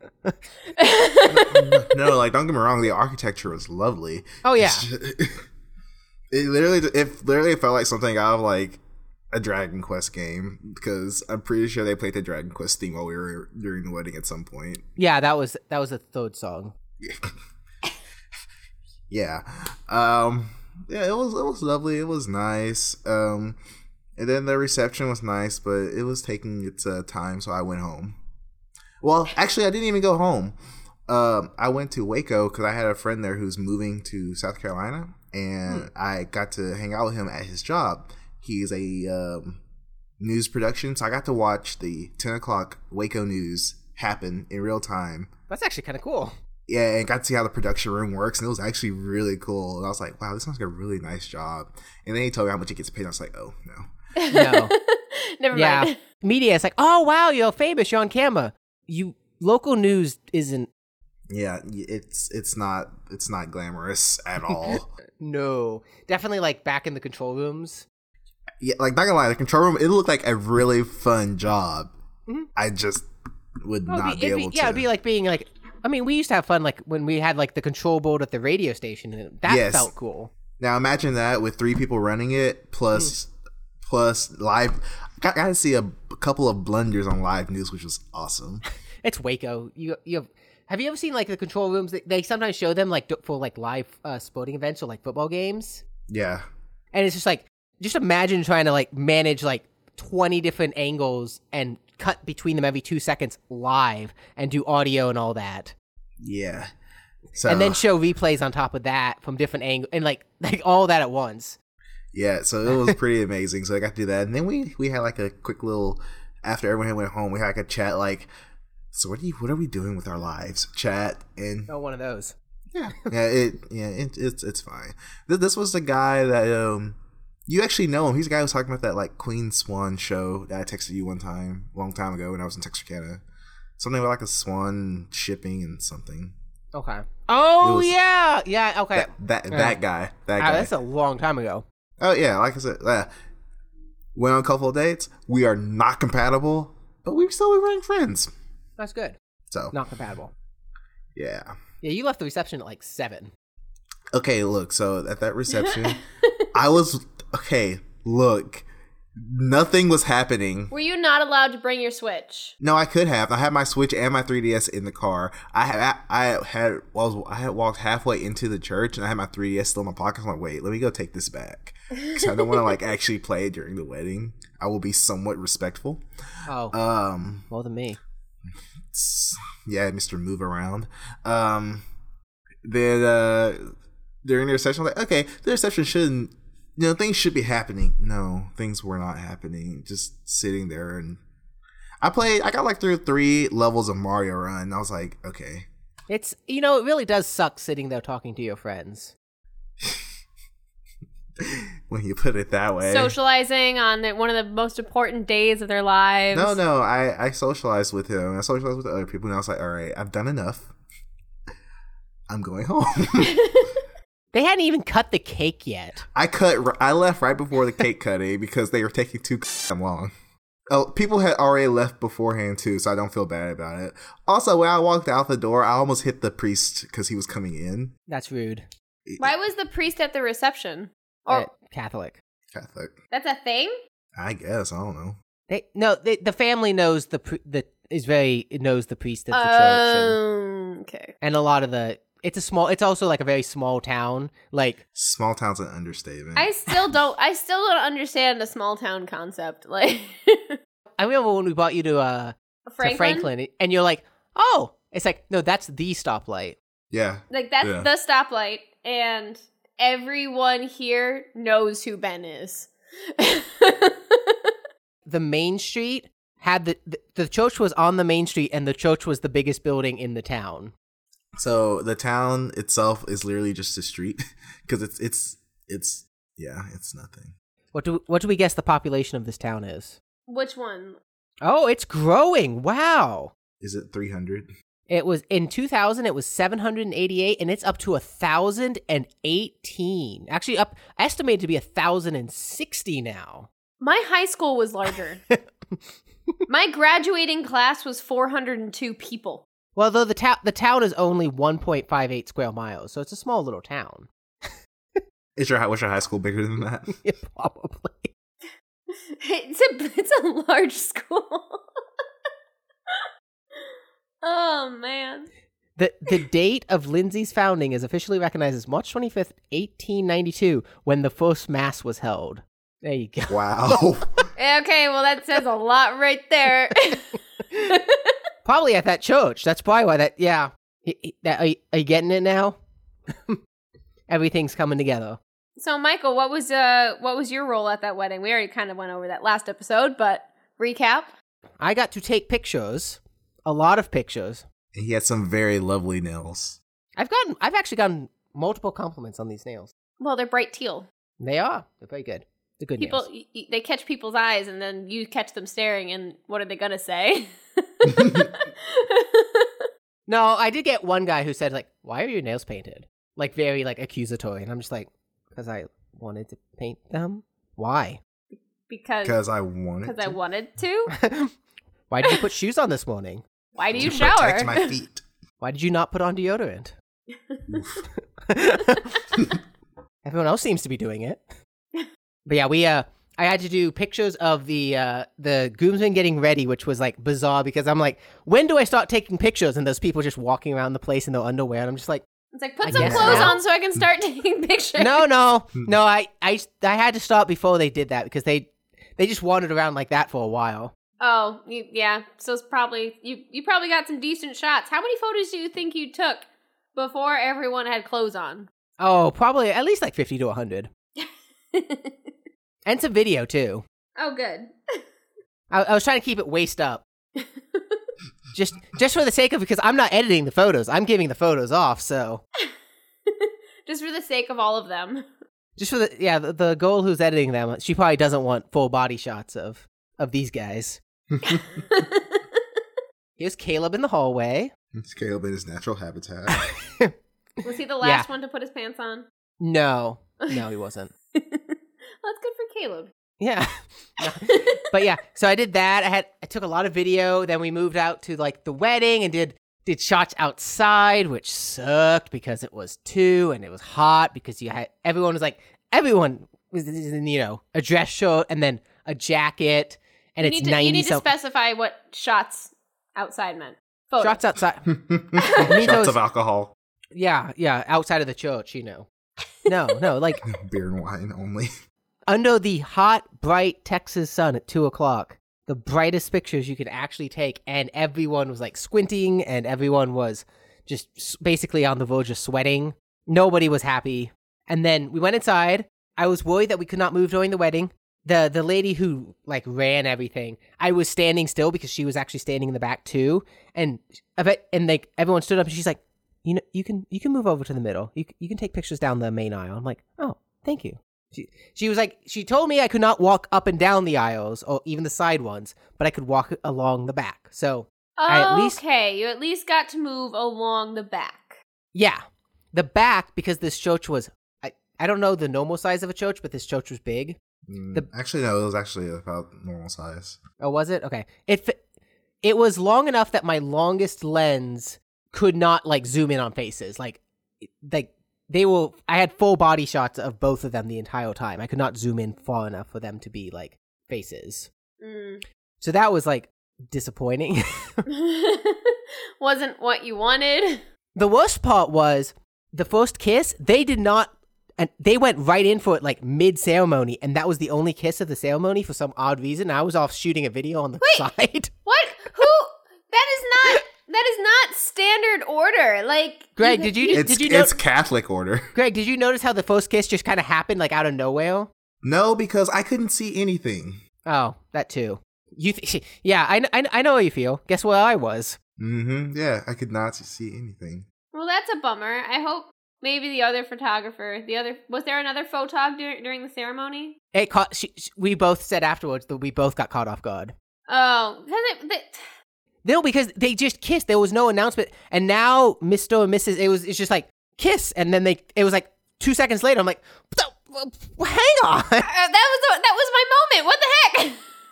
S3: Mm-hmm.
S2: no, like don't get me wrong. The architecture was lovely.
S1: oh yeah,
S2: It's ju- it literally, it literally felt like something out of like a Dragon Quest game because I'm pretty sure they played the Dragon Quest theme while we were during the wedding at some point.
S1: yeah. That was that was a third song.
S2: Yeah, um, yeah, it was it was lovely. It was nice. Um, and then the reception was nice, but it was taking its uh, time, so I went home. Well, actually, I didn't even go home. Um, I went to Waco because I had a friend there who's moving to South Carolina, and I got to hang out with him at his job. He's a um, news production, so I got to watch the ten o'clock Waco news happen in real time.
S1: That's actually kind of cool.
S2: yeah, and got to see how the production room works, and it was actually really cool. And I was like, wow, this sounds like a really nice job. And then he told me how much he gets paid. And I was like, oh no.
S1: No.
S3: Never
S1: Yeah.
S3: mind.
S1: Media, it's like, oh wow, you're famous, you're on camera. You local news isn't
S2: Yeah, y- it's it's not it's not glamorous at all.
S1: no. Definitely like back in the control rooms.
S2: yeah, like not gonna lie, the control room it looked like a really fun job.
S1: Mhm.
S2: I just would
S1: Well, Oh, it'd
S2: not be,
S1: it'd
S2: able to.
S1: Yeah, it'd be like being like. I mean, we used to have fun like when we had like the control board at the radio station. And that
S2: Yes.
S1: felt cool.
S2: Now imagine that with three people running it
S1: Mm.
S2: plus plus live. I got to see a couple of blunders on live news, which was awesome.
S1: It's Waco. You you have, have you ever seen like the control rooms? They, they sometimes show them like do- for like live uh, sporting events or like football games,
S2: Yeah,
S1: and it's just like just imagine trying to like manage like twenty different angles and cut between them every two seconds live and do audio and all that,
S2: yeah. So
S1: and then show replays on top of that from different angles and like like all that at once.
S2: yeah, so it was pretty amazing. So I got to do that, and then we we had like a quick little after everyone had went home. We had like a chat like. So what do you, what are we doing with our lives? Chat and
S1: Oh, one of those.
S2: yeah, yeah, it, yeah, it, it's it's fine. This, this was the guy that um, you actually know him. He's the guy who was talking about that like Queen Swan show that I texted you one time, a long time ago when I was in Texarkana. Something about like a swan shipping and something.
S1: Okay. Oh
S2: was-
S1: yeah, yeah. Okay.
S2: That that that guy, that
S1: Ah,
S2: guy.
S1: that's a long time ago.
S2: oh yeah, like I said, uh, went on a couple of dates. We are not compatible, but we still we remain friends.
S1: That's good.
S2: So
S1: Not compatible.
S2: yeah.
S1: Yeah, you left the reception at like seven.
S2: Okay, look, so at that reception, I was okay, look, nothing was happening.
S3: Were you not allowed to bring your Switch?
S2: No, I could have. I had my Switch and my 3DS in the car. I had I had I was I had walked halfway into the church and I had my 3DS still in my pocket. I'm like, wait, let me go take this back because I don't want to like actually play it during the wedding. I will be somewhat respectful.
S1: Oh,
S2: Um,
S1: more than me.
S2: s- yeah, Mr. Move Around. Um, then uh, during the reception, I'm like, okay, the reception shouldn't, you know, things should be happening. No, things were not happening. Just sitting there and I played. I got like through three levels of Mario Run. and I was like, okay,
S1: It's you know it really does suck sitting there talking to your friends.
S2: when you put it that way.
S3: Socializing on the, one of the most important days of their lives.
S2: no, no, I I socialized with him. I socialized with other people, and I was like, all right, I've done enough. I'm going home.
S1: They hadn't even cut the cake yet.
S2: I cut. r- I left right before the cake cutting because they were taking too damn long. Oh, people had already left beforehand too, so I don't feel bad about it. Also, when I walked out the door, I almost hit the priest because he was coming in.
S1: That's rude.
S3: Why was the priest at the reception? Or
S1: Uh, Catholic.
S2: Catholic?
S3: that's a thing?
S2: I guess I don't know.
S1: They no. They, the family knows the pri- the is very knows the priest at the church
S3: Um, okay.
S1: and, and a lot of the. It's a small. It's also like a very small town. Like
S2: Small town's an understatement.
S3: I still don't. I still don't understand the small town concept. Like
S1: I remember when we brought you to uh
S3: Franklin,
S1: to Franklin, and you're like, oh, it's like no, that's the stoplight.
S2: yeah,
S3: like that's
S2: Yeah.
S3: the stoplight, and everyone here knows who Ben is.
S1: the main street had the, the the church was on the main street and the church was the biggest building in the town
S2: So the town itself is literally just a street because it's it's it's yeah, it's nothing.
S1: what do what do we guess the population of this town is
S3: Which one?
S1: oh it's growing wow
S2: Is it three hundred?
S1: it was in 2000 it was 788 and it's up to 1018 actually up estimated to be 1060 now
S3: My high school was larger. My graduating class was 402 people.
S1: well though the town the town is only 1.58 square miles so it's a small little town
S2: Is your hi- was your high school bigger than that?
S1: probably
S3: It's a it's a large school. oh man.
S1: The the date of Lindsay's founding is officially recognized as March 25th, 1892, when the first mass was held. There you go.
S2: Wow.
S3: Okay, well that says a lot right there.
S1: Probably at that church. That's probably why that yeah. Y- y- that- are, you, are you getting it now? Everything's coming together.
S3: so Michael, what was uh what was your role at that wedding? We already kind of went over that last episode, but recap.
S1: I got to take pictures, a lot of pictures.
S2: And he had some very lovely nails.
S1: I've gotten, I've actually gotten multiple compliments on these nails.
S3: Well, they're bright teal.
S1: They are. They're very good. They're good
S3: People,
S1: nails.
S3: y- y- they catch people's eyes, and then you catch them staring. And what are they gonna say?
S1: No, I did get one guy who said like, "Why are your nails painted?" Like very like accusatory, and I'm just like, "Cause I wanted to paint them. Why?
S3: because
S2: Because I wanted
S3: because I
S2: to
S3: wanted to.
S1: Why did you put shoes on this morning?
S3: Why do you
S2: to
S3: shower?
S2: protect my feet.
S1: Why did you not put on deodorant?" Everyone else seems to be doing it. But yeah, we uh I had to do pictures of the uh the groomsmen getting ready, which was like bizarre because I'm like, when do I start taking pictures? And those people just walking around the place in their underwear, and I'm just like,
S3: It's like put
S1: I
S3: some
S1: guess
S3: clothes
S1: not.
S3: on so I can start taking pictures.
S1: no, no, no. I I I had to stop before they did that because they they just wandered around like that for a while.
S3: Oh, you, yeah. So it's probably you. You probably got some decent shots. How many photos do you think you took before everyone had clothes on?
S1: Oh, probably at least like fifty to hundred, and some video too.
S3: oh, good.
S1: I, I was trying to keep it waist up. just just for the sake of because I'm not editing the photos. I'm giving the photos off, so
S3: Just for the sake of all of them.
S1: just for the yeah, the, the girl who's editing them, she probably doesn't want full body shots of of these guys. Here's Caleb in the hallway.
S2: It's Caleb in his natural habitat.
S3: Was he the last one to put his pants on?
S1: No. No, he wasn't.
S3: well, that's good for Caleb.
S1: Yeah. but yeah, so I did that. I had I took a lot of video, then we moved out to like the wedding and did did shots outside, which sucked because it was two and it was hot because you had everyone was like everyone was in you know, a dress shirt and then a jacket and
S3: you
S1: it's
S3: need to,
S1: 90
S3: you need to
S1: some-
S3: specify what shots outside meant. Photos.
S1: shots outside.
S2: Shots
S1: those-
S2: of alcohol,
S1: Yeah, yeah, outside of the church, you know. No, no, like
S2: beer and wine only.
S1: under the hot, bright Texas sun at two o'clock, the brightest pictures you could actually take, and everyone was like squinting, and everyone was just s- basically on the verge of sweating. Nobody was happy. And then we went inside. I was worried that we could not move during the wedding. The the lady who like ran everything, I was standing still because she was actually standing in the back too, and I bet, and like everyone stood up and she's like, you know, you can you can move over to the middle. You c- you can take pictures down the main aisle. I'm like, oh, thank you. She, she was like, she told me I could not walk up and down the aisles or even the side ones, but I could walk along the back. So, I at least-
S3: okay, you at least got to move along the back.
S1: yeah, the back, because this church was, I, I don't know the normal size of a church, but this church was big.
S2: Mm,
S1: The-
S2: actually, no, it was actually about normal size.
S1: Oh, was it? Okay. It, fi- it was long enough that my longest lens could not like zoom in on faces. Like, it- like they will, I had full body shots of both of them the entire time. I could not zoom in far enough for them to be like faces.
S3: Mm.
S1: So that was like disappointing.
S3: Wasn't what you wanted.
S1: The worst part was the first kiss. They did not, and they went right in for it like mid ceremony, and that was the only kiss of the ceremony for some odd reason. I was off shooting a video on the
S3: Wait.
S1: side.
S3: What? Who? That is not. That is not standard order. Like
S1: Greg, did you
S2: It's
S1: did you
S2: it's
S1: notice?
S2: Catholic order.
S1: Greg, did you notice how the first kiss just kind of happened like out of nowhere?
S2: No, because I couldn't see anything.
S1: Oh, that too. You, th- yeah, I, kn- I, kn- I know how you feel. Guess where I was?
S2: hmm Yeah, I could not see anything.
S3: Well, that's a bummer. I hope maybe the other photographer, the other was there another photog dur- during the ceremony?
S1: It caught. She, she, we both said afterwards that we both got caught off guard.
S3: Oh, because it. The,
S1: No, because they just kissed. There was no announcement, and now Mr. and Mrs. It was it's just like kiss, and then they it was like two seconds later. I'm like, "What the- well, hang on.
S3: uh, that was the, that was my moment. What the heck?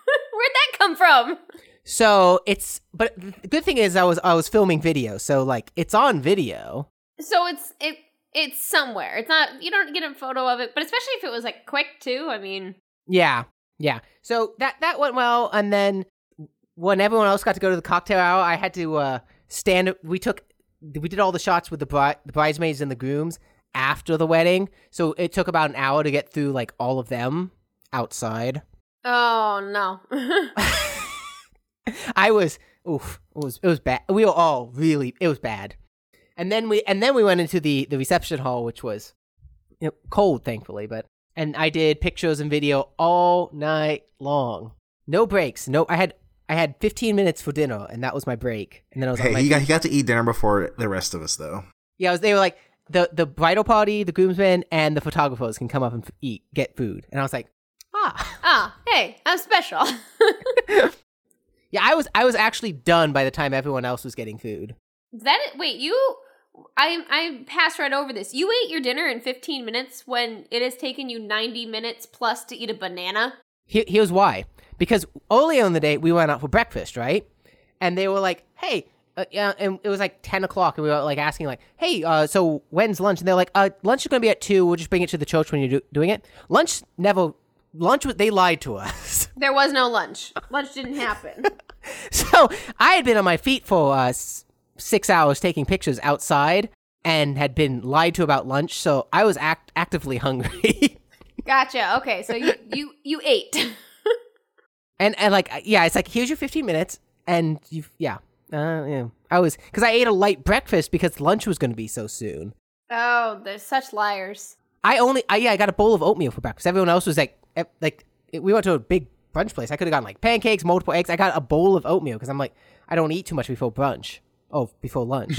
S3: Where'd that come from?
S1: So it's but the good thing is I was I was filming video, so like it's on video.
S3: So it's it it's somewhere. It's not you don't get a photo of it, but especially if it was like quick too. I mean,
S1: Yeah, yeah. So that that went well, and then when everyone else got to go to the cocktail hour, I had to uh stand. We took we did all the shots with the bride, the bridesmaids and the grooms after the wedding, so it took about an hour to get through like all of them outside.
S3: oh no.
S1: I was oof. It was it was bad. We were all really it was bad. And then we and then we went into the the reception hall, which was you know, cold, thankfully. But and I did pictures and video all night long, no breaks. No, I had I had 15 minutes for dinner, and that was my break. And then I was on
S2: Hey,
S1: my
S2: he got, he got to eat dinner before the rest of us, though.
S1: yeah. I was, they were like the the bridal party, the groomsmen, and the photographers can come up and f- eat, get food. And I was like, ah,
S3: Ah, hey, I'm special.
S1: yeah. I was I was actually done by the time everyone else was getting food.
S3: that wait, you I I passed right over this. You ate your dinner in 15 minutes when it has taken you 90 minutes plus to eat a banana.
S1: Here, here's why. Because earlier in the day, we went out for breakfast, right? And they were like, hey, uh, yeah, and it was like 10 o'clock, and we were like asking, like, hey, uh, so when's lunch? And they're like, uh, lunch is going to be at 2. We'll just bring it to the church when you're do- doing it. Lunch never, lunch, was- they lied to us.
S3: There was no lunch. Lunch didn't happen.
S1: so I had been on my feet for uh, s- six hours taking pictures outside and had been lied to about lunch. So I was act- actively hungry.
S3: Gotcha. Okay, so you you you ate.
S1: And and like yeah, it's like here's your 15 minutes, and you yeah, uh, yeah. I was because I ate a light breakfast because lunch was going to be so soon.
S3: Oh, they're such liars.
S1: I only I, yeah I got a bowl of oatmeal for breakfast. Everyone else was like e- like it- we went to a big brunch place. I could have gotten like pancakes, multiple eggs. I got a bowl of oatmeal because I'm like I don't eat too much before brunch. Oh, before lunch.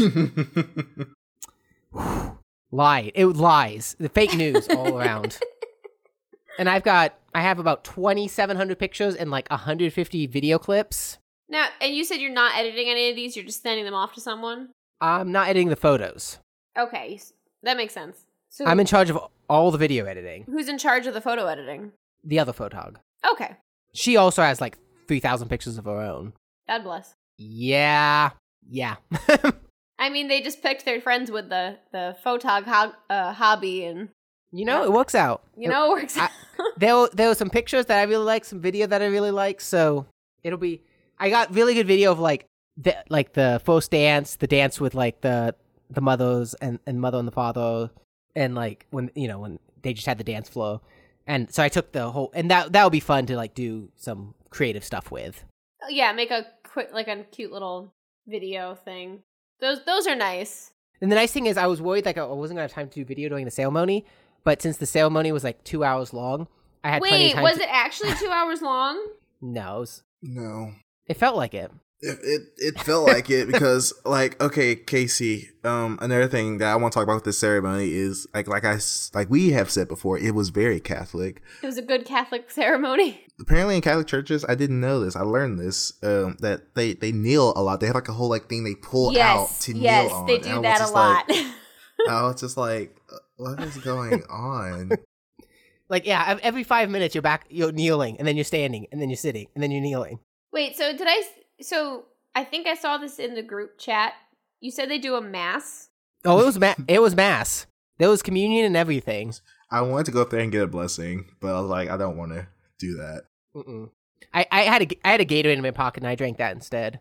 S1: Lied. It was lies. The fake news all around. And I've got I have about 2,700 pictures and like 150 video clips.
S3: Now, and you said you're not editing any of these, you're just sending them off to someone?
S1: I'm not editing the photos.
S3: Okay, s- that makes sense. So
S1: I'm in charge of all the video editing.
S3: who's in charge of the photo editing?
S1: The other photog.
S3: Okay.
S1: She also has like 3,000 pictures of her own.
S3: God bless.
S1: Yeah. Yeah.
S3: I mean, they just picked their friends with the the photog ho- uh, hobby, and
S1: you know, it works out.
S3: you know it works.
S1: I-
S3: out.
S1: There were, there were some pictures that I really like, some video that I really like, so it'll be I got really good video of like the like the first dance, the dance with like the the mothers and, and mother and the father and like when you know, when they just had the dance floor. And so I took the whole and that that would be fun to like do some creative stuff with.
S3: yeah, make a quick, like a cute little video thing. Those those are nice.
S1: And the nice thing is, I was worried like I wasn't gonna have time to do video during the ceremony, but since the ceremony was like two hours long, I had plenty of
S3: Wait,
S1: time.
S3: was
S1: to-
S3: it actually two hours long?
S1: No, it, was-
S2: No.
S1: it felt like it.
S2: It, it it felt like it because like okay Casey um another thing that I want to talk about with this ceremony is like like I s- like we have said before it was very Catholic
S3: It was a good Catholic ceremony.
S2: apparently in Catholic churches I didn't know this I learned this um that they they kneel a lot they have like a whole like thing they pull out to
S3: yes,
S2: kneel on
S3: they
S2: And I
S3: do
S2: was
S3: that a
S2: just like-
S3: lot.
S2: I was just like "Uh, what is going on
S1: Like yeah, ev- every five minutes you're back, you're kneeling, and then you're standing, and then you're sitting, and then you're kneeling.
S3: Wait, so did I? s- So I think I saw this in the group chat. You said they do a mass.
S1: Oh, it was ma- it was mass. There was communion and everything.
S2: I wanted to go up there and get a blessing but I was like I don't want to do that
S1: Mm-mm. I I had a I had a Gatorade in my pocket and I drank that instead.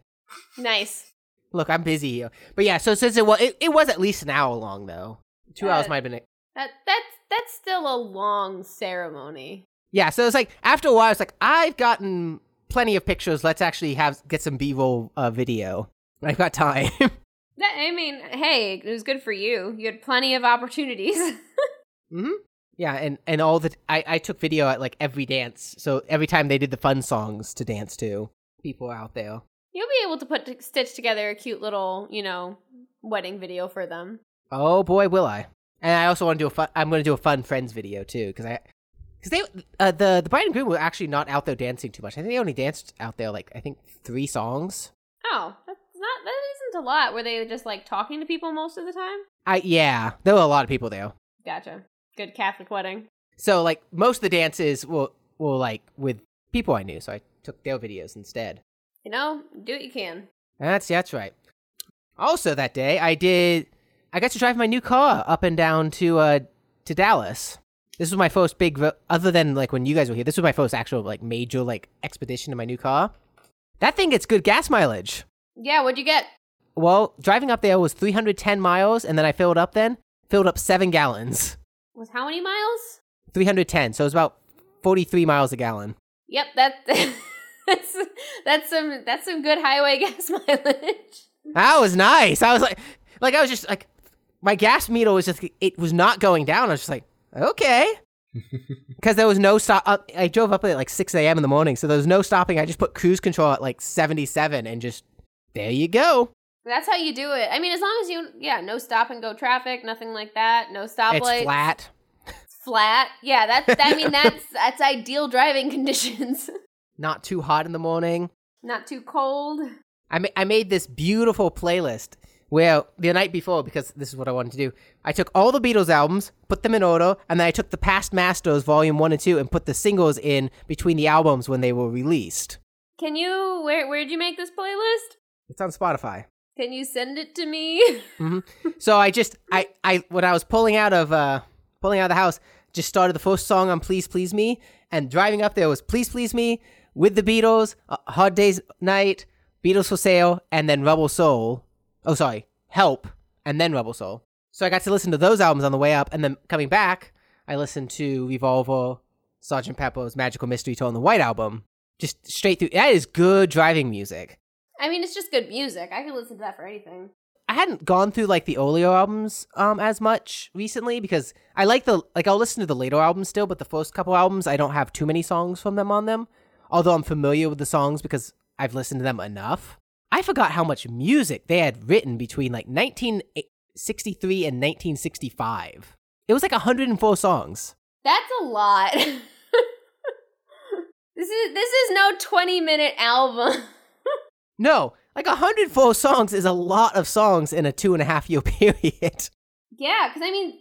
S3: Nice.
S1: Look, I'm busy here, but yeah. So since it was it, it was at least an hour long though, two hours
S3: Uh,
S1: might have been a-
S3: That that's that's still a long ceremony.
S1: Yeah, so it's like after a while, it's like I've gotten plenty of pictures. Let's actually have get some b-roll uh, video. I've got time.
S3: That I mean, hey, it was good for you. You had plenty of opportunities.
S1: hmm Yeah, and and all the I I took video at like every dance. So every time they did the fun songs to dance to, people were out there.
S3: You'll be able to put stitch together a cute little, you know, wedding video for them.
S1: Oh boy, will I! And I also want to do a fun. I'm going to do a fun friends video too because I. Because they, uh, the the bride and groom were actually not out there dancing too much. I think they only danced out there like I think three songs.
S3: Oh, that's not that isn't a lot. Were they just like talking to people most of the time?
S1: I yeah, there were a lot of people there.
S3: Gotcha. Good Catholic wedding.
S1: So like most of the dances were were like with people I knew, so I took their videos instead.
S3: You know, do what you can.
S1: That's that's right. Also that day I did I got to drive my new car up and down to uh to Dallas. This was my first big ro- other than like when you guys were here. This was my first actual like major like expedition in my new car. That thing gets good gas mileage.
S3: Yeah, what'd you get?
S1: Well, driving up there was 310 miles and then I filled up then, filled up 7 gallons.
S3: Was how many miles?
S1: 310, so it was about 43 miles a gallon.
S3: Yep, that that's that's some that's some good highway gas mileage.
S1: That was nice. I was like, like I was just like, my gas meter was just, it was not going down. I was just like, okay, because there was no stop. Uh, I drove up at like 6 a.m. in the morning, so there was no stopping. I just put cruise control at like 77 and just, there you go.
S3: That's how you do it. I mean, as long as you, yeah, no stop and go traffic, nothing like that, no
S1: it's
S3: stoplight,
S1: flat.
S3: flat. Yeah, that's. I mean, that's that's ideal driving conditions.
S1: Not too hot in the morning.
S3: Not too cold.
S1: I, ma- I made this beautiful playlist where the night before, because this is what I wanted to do, I took all the Beatles albums, put them in order, and then I took the Past Masters Volume 1 and 2 and put the singles in between the albums when they were released.
S3: Can you? Where where'd you make this playlist?
S1: It's on Spotify.
S3: Can you send it to me?
S1: So I just, I, I, when I was pulling out of, uh, pulling out of the house, just started the first song on Please Please Me, and driving up there was Please Please Me with the Beatles, uh, Hard Day's Night, Beatles for Sale, and then Rebel Soul. Oh, sorry, Help, and then Rebel Soul. So I got to listen to those albums on the way up, and then coming back, I listened to Revolver, Sergeant Pepper's Magical Mystery Tour, and the White Album, just straight through. That is good driving music.
S3: I mean, it's just good music. I could listen to that for anything.
S1: I hadn't gone through like the Olio albums um as much recently because I like the like I'll listen to the later albums still, but the first couple albums I don't have too many songs from them on them. Although I'm familiar with the songs because I've listened to them enough. I forgot how much music they had written between like 1963 and 1965. It was like 104 songs.
S3: That's a lot. this is this is no 20 minute album.
S1: No, like 104 songs is a lot of songs in a two and a half year period.
S3: Yeah, because I mean,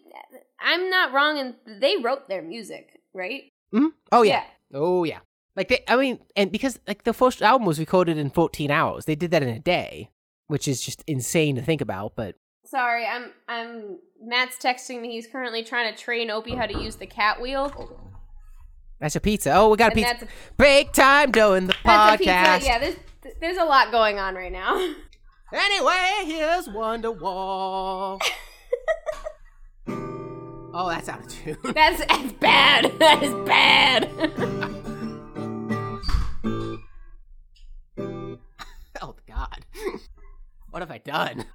S3: I'm not wrong, and they wrote their music, right?
S1: hmm Oh yeah. Oh yeah. Like they, I mean, and because like the first album was recorded in 14 hours, they did that in a day, which is just insane to think about. But
S3: Sorry, I'm I'm Matt's texting me. He's currently trying to train Opie how to use the cat wheel.
S1: that's a pizza. Oh, we got a
S3: And
S1: pizza.
S3: that's a-
S1: Break time doing the
S3: That's a
S1: podcast.
S3: pizza. Yeah, there's there's a lot going on right now.
S1: Anyway, here's Wonderwall. oh, that's out of tune.
S3: That's that's bad. That is bad.
S1: oh God. what have I done?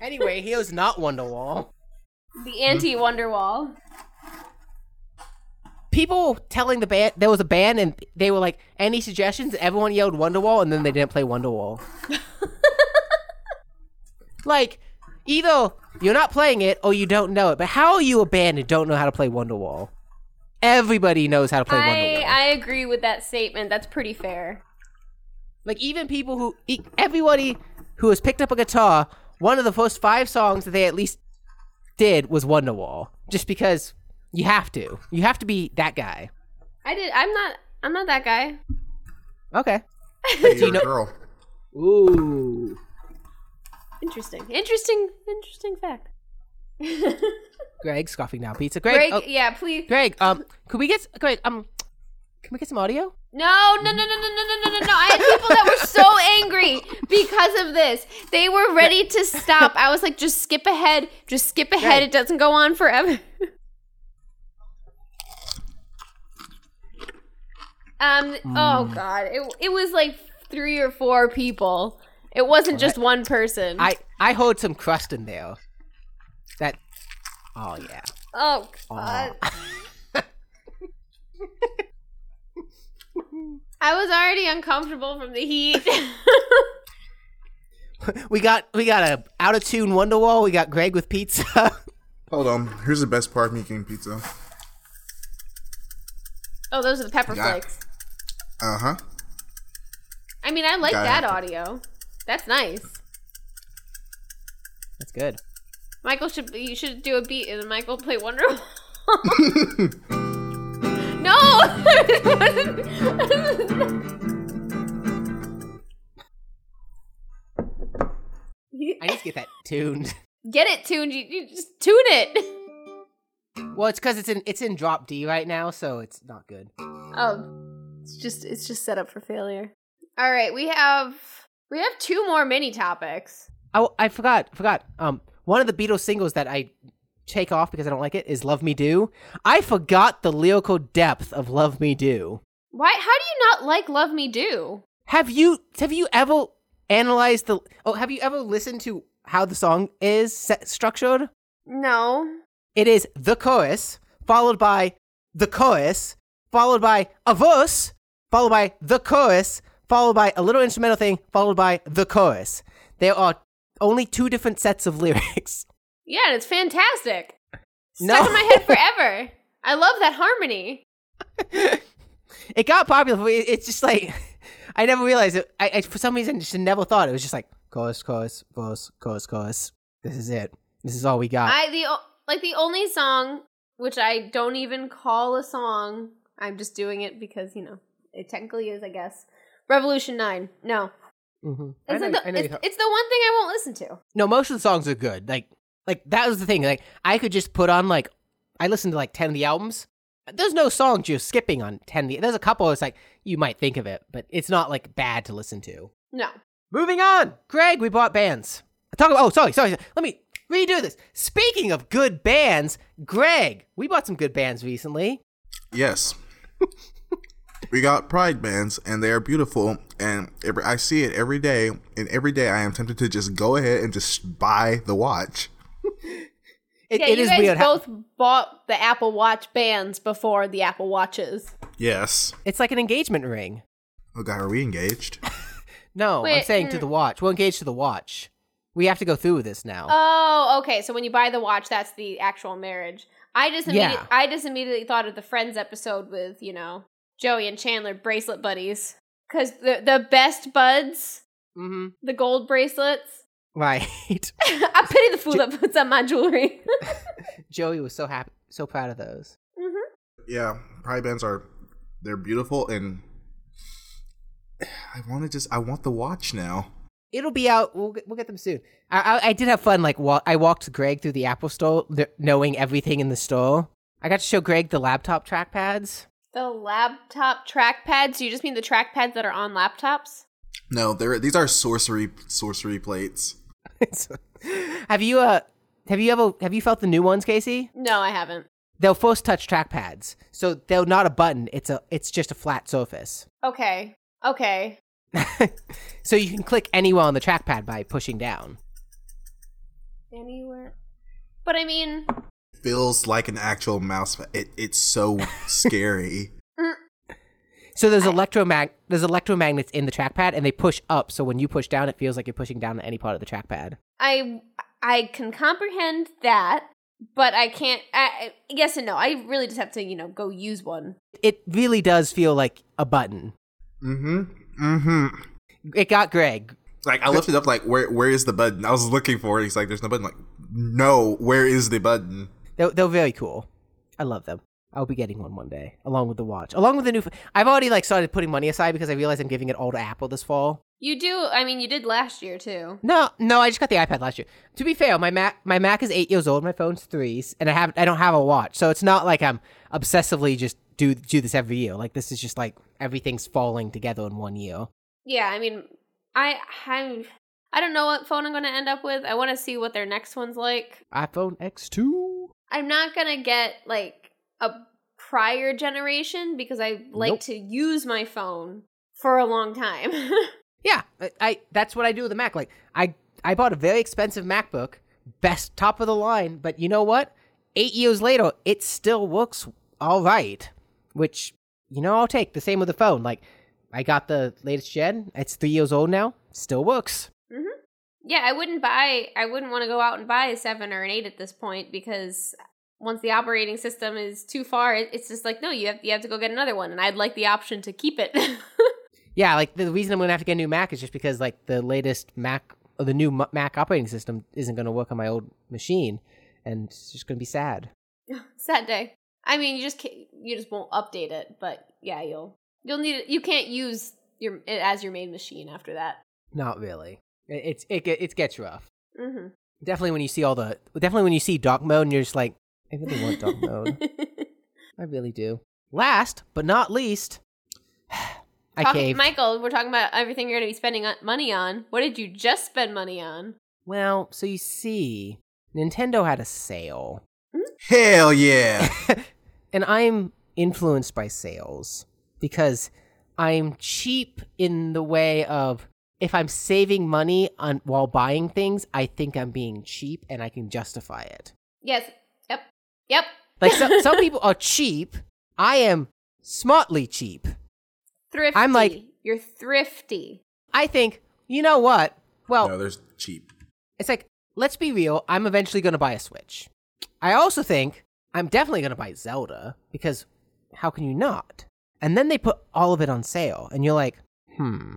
S1: anyway, here's not Wonderwall.
S3: the anti Wonderwall.
S1: people telling the band there was a band and they were like any suggestions everyone yelled wonderwall and then they didn't play wonderwall like either you're not playing it or you don't know it but how are you a band and don't know how to play wonderwall everybody knows how to play
S3: I
S1: wonderwall
S3: I agree with that statement. That's pretty fair.
S1: like even people who e- everybody who has picked up a guitar one of the first five songs that they at least did was wonderwall just because you have to you have to be that guy
S3: I did. I'm not. I'm not that guy.
S1: okay
S2: Hey,
S1: know-
S2: girl.
S1: ooh
S3: Interesting. Interesting. Interesting fact.
S1: Greg scoffing now pizza. Greg,
S3: Greg.
S1: oh,
S3: yeah. Please.
S1: Greg, um, could we get Greg? Um, can we get some audio?
S3: No, no, no, no, no, no, no, no, no. I had people that were so angry because of this. They were ready to stop. I was like, just skip ahead. Just skip ahead.
S1: Right.
S3: It doesn't go on forever. Um.
S1: Hmm.
S3: Oh God. It it was like three or four people. It wasn't just one person.
S1: I I heard some crust in there. That. Oh yeah.
S3: oh God. I was already uncomfortable from the heat.
S1: We got we got a out of tune Wonderwall. We got Greg with pizza.
S2: Hold on. Here's the best part of me eating pizza.
S3: oh, those are the pepper
S2: Yeah.
S3: flakes.
S2: Uh huh.
S3: I mean, I like
S2: Got
S3: that
S2: it.
S3: audio. That's nice.
S1: That's good.
S3: Michael should you should do a beat and then Michael play Wonder. no.
S1: I need to get that tuned.
S3: Get it tuned. You, you just tune it.
S1: Well, it's because it's in it's in drop D right now, so it's not good.
S3: Oh, it's just it's just set up for failure. All right, we have we have two more mini topics.
S1: Oh, I forgot, forgot. Um, one of the Beatles singles that I take off because I don't like it is "Love Me Do." I forgot the lyrical depth of "Love Me Do."
S3: Why? How do you not like Love Me Do?
S1: Have you have you ever analyzed the? Oh, have you ever listened to how the song is set, structured?
S3: No.
S1: It is the chorus followed by the chorus, followed by a verse, followed by the chorus, followed by a little instrumental thing, followed by the chorus. There are only two different sets of lyrics.
S3: Yeah, and it's fantastic.
S1: No.
S3: Stuck in my head forever. I love that harmony.
S1: It got popular. But it- it's just like I never realized it. I, I for some reason just never thought it was just like chorus, chorus, verse, chorus, chorus. This is it. This is all we got.
S3: I the o- like the only song which I don't even call a song. I'm just doing it because you know it technically is, I guess. Revolution Nine. No,
S1: Mhm. I
S3: it's
S1: know-
S3: like the,
S1: I know you
S3: it's,
S1: talk-
S3: it's the one thing I won't listen to.
S1: no, most of the songs are good. Like, like that was the thing. Like, I could just put on like, I listened to like ten of the albums. There's no songs you're skipping on ten. Of the, there's a couple. It's like you might think of it, but it's not like bad to listen to.
S3: No,
S1: Moving on, Greg, we bought bands. Talk about. Oh, sorry, sorry. sorry. Let me redo this. Speaking of good bands, Greg, we bought some good bands recently.
S2: Yes. we got pride bands, and they are beautiful. And every, I see it every day, and every day I am tempted to just go ahead and just buy the watch.
S1: It,
S3: yeah,
S1: it
S3: you
S1: is
S3: guys
S1: weird. how-
S3: both bought the Apple Watch bands before the Apple Watches.
S2: Yes.
S1: it's like an engagement ring.
S2: Oh God, are we engaged?
S1: No, I'm
S3: Wait,
S1: saying to
S3: mm.
S1: the watch. We're engaged to the watch. We have to go through with this now.
S3: Oh, okay. So when you buy the watch, that's the actual marriage. I just immedi-
S1: Yeah.
S3: I just immediately thought of the Friends episode with you know Joey and Chandler bracelet buddies because the the best buds
S1: mm-hmm.
S3: the gold bracelets.
S1: Right.
S3: I pity the fool that puts on my jewelry.
S1: Joey was so happy, so proud of those.
S2: yeah, pride bands are they're beautiful, and I want to just I want the watch now.
S1: It'll be out. We'll get, we'll get them soon. I, I, I did have fun. Like wa- I walked Greg through the Apple Store, kn- knowing everything in the store. I got to show Greg the laptop trackpads.
S3: the laptop trackpads. You just mean the trackpads that are on laptops?
S2: No, they're these are sorcery sorcery plates.
S1: So- have you uh have you ever have you felt the new ones, Casey?
S3: No, I haven't.
S1: They'll force touch trackpads, so they're not a button. It's a it's just a flat surface,
S3: Okay. Okay.
S1: so you can click anywhere on the trackpad by pushing down.
S3: Anywhere. But I mean,
S2: Feels like an actual mouse. pa- It it's so scary.
S1: So there's electromag there's electromagnets in the trackpad, and they push up. So when you push down, it feels like you're pushing down any part of the trackpad.
S3: I I can comprehend that, but I can't. I, I- yes and no. I really just have to, you know, go use one.
S1: It really does feel like a button.
S2: Mm-hmm. Mm-hmm.
S1: It got Greg.
S2: Like I lifted up, like where where is the button? I was looking for it. He's like, "There's no button." Like, no, where is the button?
S1: They're, they're very cool. I love them. I'll be getting one one day, along with the watch, along with the new. F- I've already like started putting money aside because I realize I'm giving it all to Apple this fall.
S3: You do. I mean, you did last year too.
S1: No, no, I just got the iPad last year. To be fair, my Mac, my Mac is eight years old. My phone's three, and I have I don't have a watch, so it's not like I'm obsessively just do do this every year. Like this is just like everything's falling together in one year.
S3: Yeah. I mean, I I I don't know what phone I'm going to end up with. I want to see what their next one's like.
S1: iPhone X two.
S3: I'm not gonna get like a prior generation because I like
S1: Nope.
S3: to use my phone for a long time.
S1: Yeah, I, I that's what I do with the Mac. Like I I bought a very expensive MacBook, best top of the line, but you know what? Eight years later, it still works all right. Which you know I'll take. The same with the phone. Like I got the latest gen. It's three years old now. Still works.
S3: yeah, I wouldn't buy I wouldn't want to go out and buy a 7 or an 8 at this point because once the operating system is too far, it- it's just like no, you have you have to go get another one and I'd like the option to keep it.
S1: Yeah, like the reason I'm gonna have to get a new Mac is just because like the latest Mac, or the new M- Mac operating system isn't gonna work on my old machine, and it's just gonna be sad.
S3: Sad day. I mean, you just can't, you just won't update it, but yeah, you'll you'll need it. You can't use your it as your main machine after that.
S1: Not really. It, it's it ge- it gets rough.
S3: Mhm.
S1: Definitely when you see all the definitely when you see dock mode, and you're just like, I really want dock mode. I really do. Last but not least, I
S3: Talk-
S1: caved.
S3: Michael, we're talking about everything you're going to be spending on- money on. What did you just spend money on?
S1: well, so you see, Nintendo had a sale.
S2: Hell yeah!
S1: and I'm influenced by sales because I'm cheap in the way of if I'm saving money on while buying things, I think I'm being cheap and I can justify it.
S3: Yes. Yep. Yep.
S1: Like some some people are cheap. I am smartly cheap.
S3: Thrifty.
S1: I'm like-
S3: you're thrifty.
S1: I think you know what? Well,
S2: No, there's cheap.
S1: it's like let's be real. I'm eventually gonna buy a Switch. I also think I'm definitely gonna buy Zelda because how can you not? And then they put all of it on sale, and you're like, hmm.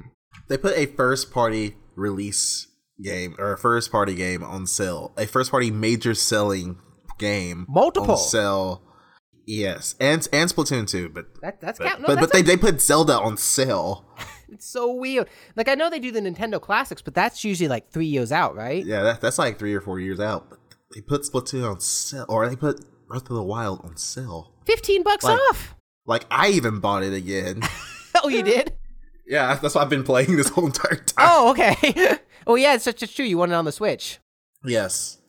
S2: They put a first party release game or a first party game on sale. A first party major selling game.
S1: Multiple.
S2: On sale. Yes. And and Splatoon 2, but
S1: That, that's
S2: but,
S1: count. No,
S2: but,
S1: that's
S2: but they, they put Zelda on sale.
S1: It's so weird. Like I know they do the Nintendo Classics, but that's usually like three years out, right?
S2: Yeah, that, that's like three or four years out. But they put Splatoon on sale or they put Breath of the Wild on sale.
S1: Fifteen bucks
S2: Like-
S1: off.
S2: Like I even bought it again.
S1: Oh, you did?
S2: yeah, that's why I've been playing this whole entire time.
S1: oh, okay. oh yeah, it's such a true. You want it on the Switch.
S2: Yes.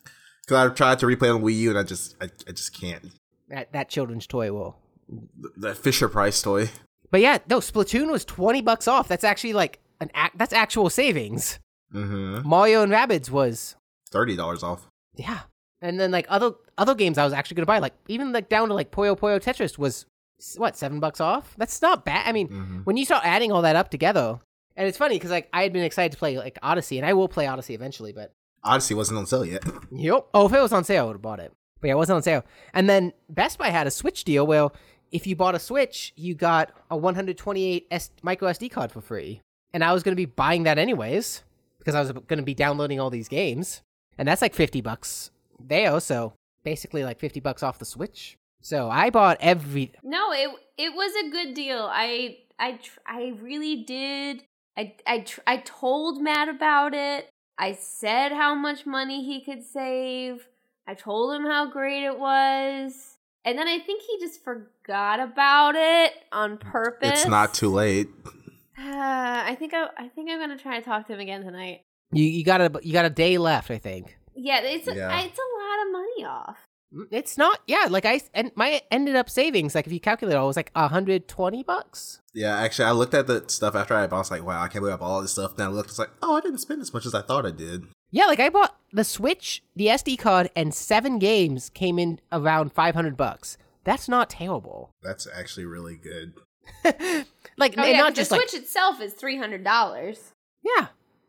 S2: Cause I've tried to replay it on Wii U and I just I, I just can't.
S1: That that children's toy will.
S2: Th- That Fisher Price toy.
S1: But yeah, no, Splatoon was twenty bucks off. That's actually like an act. That's actual savings.
S2: Mm-hmm.
S1: Mario and Rabbids was
S2: thirty dollars off.
S1: yeah, and then like other other games I was actually gonna buy, like even like down to like Puyo Puyo Tetris was s- what seven bucks off. That's not bad. I mean,
S2: Mhm.
S1: when you start adding all that up together, and it's funny because like I had been excited to play like Odyssey, and I will play Odyssey eventually, but
S2: Odyssey wasn't on sale yet.
S1: Yep. Oh, if it was on sale, I would have bought it. But yeah, it wasn't on sale. And then Best Buy had a Switch deal. Well, if you bought a Switch, you got a 128 S- micro SD card for free. And I was going to be buying that anyways because I was going to be downloading all these games, and that's like 50 bucks there. So basically, like 50 bucks off the Switch. So I bought every.
S3: No, it it was a good deal. I I tr- I really did. I I tr- I told Matt about it. I said how much money he could save. I told him how great it was. And then I think he just forgot about it on purpose.
S2: It's not too late.
S3: Uh, I think I, I think I'm gonna try to talk to him again tonight.
S1: You you got a you got a day left, I think. Mm,
S3: Yeah, it's a,
S2: Yeah.
S3: it's a lot of money off.
S1: It's not. Yeah, like I and my ended up savings. Like if you calculate it all, it was like 120 bucks.
S2: Yeah, actually, I looked at the stuff after I bought. I was like, wow, I can't believe I bought all this stuff. Then I looked, it's like, oh, I didn't spend as much as I thought I did.
S1: Yeah, like I bought the Switch, the SD card, and seven games came in around five hundred bucks. That's not terrible.
S2: That's actually really good.
S1: Like
S3: Oh
S1: n-
S3: yeah,
S1: not
S3: 'cause the
S1: just like
S3: Switch itself is three hundred dollars.
S1: yeah,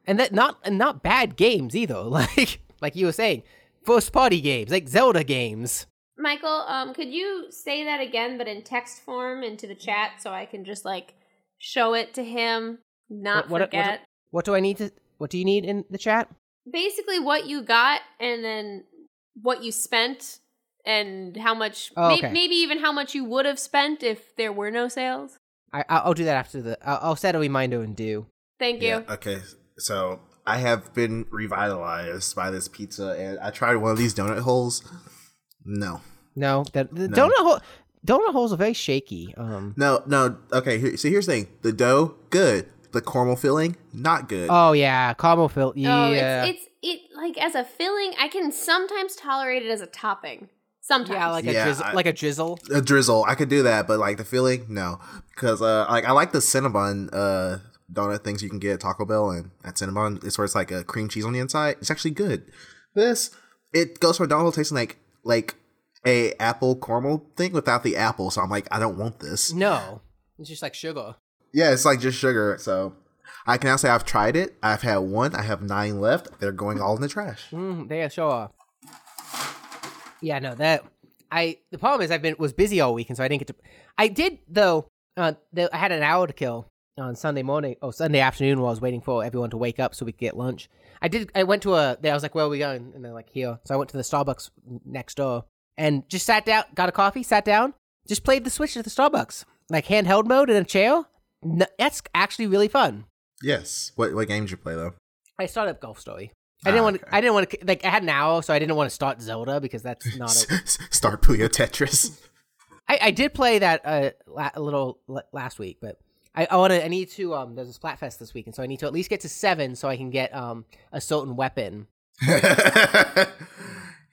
S1: and that not and not bad games either. Like like you were saying, first party games like Zelda games.
S3: Michael, um, could you say that again, but in text form into the chat, so I can just like show it to him, not
S1: What- what- what-
S3: forget.
S1: What do I need to? What do you need in the chat?
S3: Basically, what you got, and then what you spent, and how much,
S1: Oh,
S3: may-
S1: okay.
S3: maybe even how much you would have spent if there were no sales.
S1: I I'll, I'll do that after the. I'll, I'll set a reminder and do.
S3: Thank you.
S2: Yeah. Okay. So I have been revitalized by this pizza, and I tried one of these donut holes. No,
S1: No, that the
S2: No.
S1: donut hole. Donut holes are very shaky. Um.
S2: no, no. Okay. Here, so here's the thing: the dough, good. The caramel filling, not good.
S1: Oh yeah, caramel fill.
S3: Oh,
S1: Yeah.
S3: it's, it's it like as a filling. I can sometimes tolerate it as a topping. Sometimes,
S1: yeah, like a
S2: Yeah,
S1: drizzle,
S2: I-
S1: like a drizzle.
S2: a drizzle. I could do that, but like the filling, no, because uh, like I like the Cinnabon uh donut things you can get at Taco Bell and at Cinnabon. It's where it's like a cream cheese on the inside. It's actually good. This it goes from a donut hole tasting like like a apple caramel thing without the apple. So I'm like, I don't want this.
S1: No, it's just like sugar.
S2: Yeah, it's like just sugar. So I can now say I've tried it. I've had one. I have nine left. They're going all in the trash.
S1: Mm, they sure are. Yeah, no, that I the problem is I've been was busy all week and so I didn't get to. I did though. Uh, the, I had an hour to kill on Sunday morning, oh Sunday afternoon while I was waiting for everyone to wake up so we could get lunch. I did. I went to a. I was like, "Where are we going?" And they're like, "Here." So I went to the Starbucks next door and just sat down, got a coffee, sat down, just played the Switch at the Starbucks, like handheld mode in a chair. No, that's actually really fun.
S2: Yes. What what game did you play though?
S1: I started up Golf Story. I didn't
S2: Ah,
S1: want.
S2: okay.
S1: To, I didn't want to. Like I had an hour, so I didn't want to start Zelda because that's not. A,
S2: Star Puyo Tetris.
S1: I, I did play that uh, la- a little l- last week, but I, I want to. I need to. Um, there's a Splatfest this week, and so I need to at least get to seven so I can get um a certain weapon.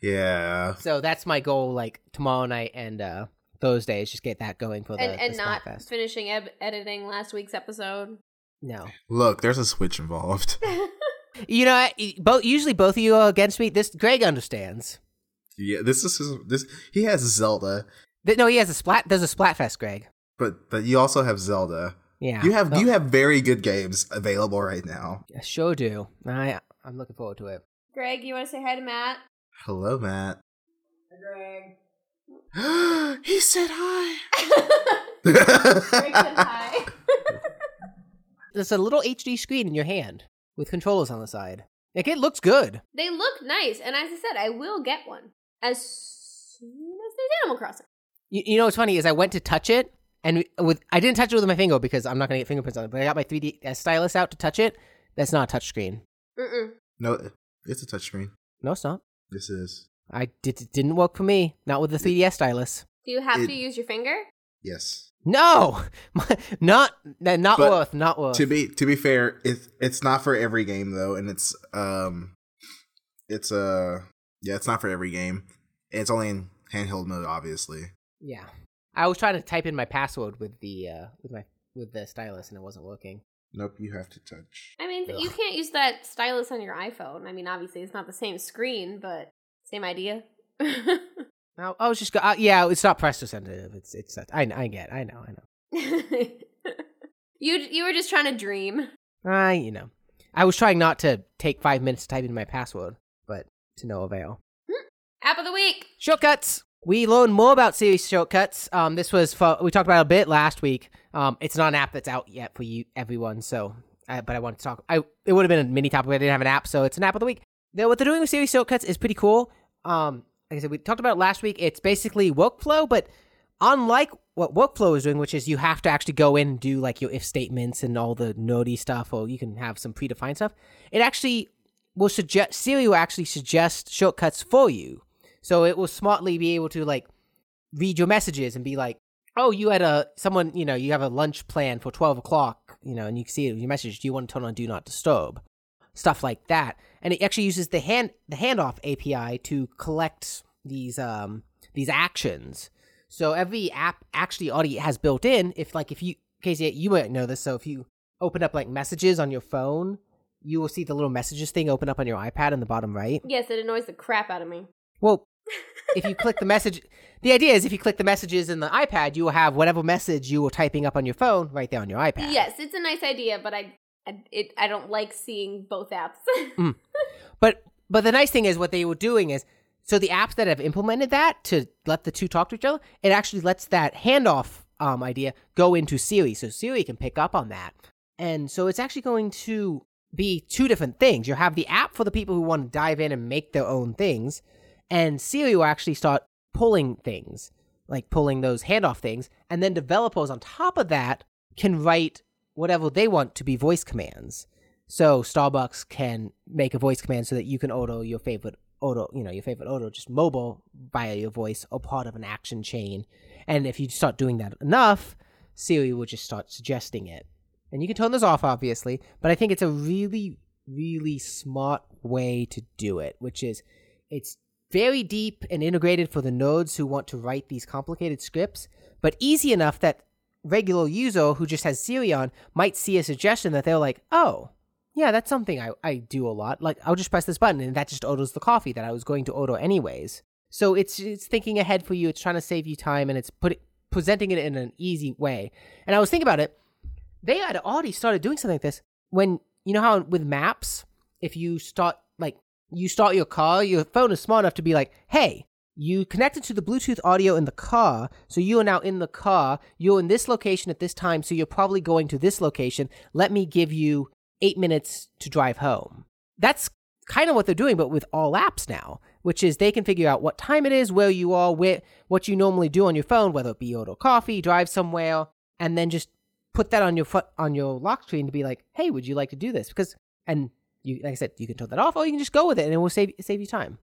S2: yeah.
S1: So that's my goal. Like tomorrow night and uh Thursday is just get that going for the,
S3: and and
S1: the
S3: not
S1: Splatfest.
S3: finishing eb- editing last week's episode.
S1: no,
S2: Look, there's a switch involved.
S1: you know, I, both usually both of you are against me. This Greg understands.
S2: Yeah, this is his, this. He has Zelda,
S1: Th- no, he has a splat. There's a Splatfest, Greg.
S2: but but you also have Zelda.
S1: Yeah,
S2: You have
S1: Oh,
S2: you have very good games available right now.
S1: I sure do. I I'm looking forward to it.
S3: Greg, you want to say hi to Matt?
S2: Hello, Matt. Greg. he said hi.
S3: Greg said hi.
S1: There's a little HD screen in your hand with controllers on the side. Like it looks good.
S3: They look nice, and as I said, I will get one as soon as there's Animal Crossing.
S1: You, you know what's funny is I went to touch it and with I didn't touch it with my finger because I'm not gonna get fingerprints on it. But I got my 3D stylus out to touch it. That's not a touch screen.
S3: Mm-mm.
S2: no, it's a touchscreen.
S1: No, it's not.
S2: This is
S1: I did it didn't work for me. Not with the 3DS stylus.
S3: Do you have
S2: It-
S3: to use your finger?
S2: yes.
S1: No, My- not not
S2: But
S1: worth. Not worth.
S2: To be to be fair, it it's not for every game though, and it's um, it's uh yeah, it's not for every game. It's only in handheld mode, obviously.
S1: Yeah. I was trying to type in my password with the uh with my with the stylus and it wasn't working.
S2: Nope, you have to touch.
S3: I mean,
S1: Ugh.
S3: you can't use that stylus on your iPhone. I mean, obviously, it's not the same screen, but same idea.
S1: No, I was just go- uh, yeah, it's not press sensitive. It's it's that- I I get. I know. I know.
S3: you you were just trying to dream.
S1: I Uh, you know. I was trying not to take 5 minutes to type in my password, but to no avail.
S3: App of the week.
S1: Shortcuts. We learned more about series shortcuts. Um this was for, we talked about it a bit last week. Um it's not an app that's out yet for you everyone, so I, but I wanted to talk I it would have been a mini topic. I didn't have an app, so it's an app of the week. Now, what they're doing with series shortcuts is pretty cool. Um, like I said, we talked about it last week. It's basically workflow, but unlike what workflow is doing, which is you have to actually go in and do like your if statements and all the nerdy stuff, or you can have some predefined stuff. It actually will suggest Siri will actually suggest shortcuts for you, so it will smartly be able to like read your messages and be like, "Oh, you had a someone, you know, you have a lunch plan for twelve o'clock, you know, and you can see it in your message. Do you want to turn on Do Not Disturb?" stuff like that. And it actually uses the hand the handoff API to collect these um these actions. So every app actually already has built in if like if you Casey you might know this, so if you open up like messages on your phone, you will see the little messages thing open up on your iPad in the bottom right.
S3: Yes, it annoys the crap out of me.
S1: Well, if you click the message, the idea is if you click the messages in the iPad, you will have whatever message you were typing up on your phone right there on your iPad.
S3: Yes, it's a nice idea, but I I, it, I don't like seeing both apps.
S1: But but the nice thing is what they were doing is so the apps that have implemented that to let the two talk to each other, it actually lets that handoff um, idea go into Siri, so Siri can pick up on that. And so it's actually going to be two different things. You'll have the app for the people who want to dive in and make their own things, and Siri will actually start pulling things, like pulling those handoff things, and then developers on top of that can write whatever they want to be voice commands. So Starbucks can make a voice command so that you can order your favorite order, you know, your favorite order just mobile via your voice or part of an action chain. And if you start doing that enough, Siri will just start suggesting it. And you can turn those off, obviously, but I think it's a really, really smart way to do it, which is it's very deep and integrated for the nodes who want to write these complicated scripts, but easy enough that regular user who just has Siri on might see a suggestion that they're like, oh, yeah, that's something I, I do a lot. Like I'll just press this button and that just orders the coffee that I was going to order anyways. So it's it's thinking ahead for you. It's trying to save you time and it's put presenting it in an easy way. And I was thinking about it. They had already started doing something like this when you know how with maps, if you start like you start your car, your phone is smart enough to be like, hey, you connected to the Bluetooth audio in the car, so you are now in the car. You're in this location at this time, so you're probably going to this location. Let me give you eight minutes to drive home. That's kind of what they're doing, but with all apps now, which is they can figure out what time it is, where you are, where, what you normally do on your phone, whether it be order coffee, drive somewhere, and then just put that on your foot on your lock screen to be like, hey, would you like to do this? Because and you, like I said, you can turn that off, or you can just go with it, and it will save save you time.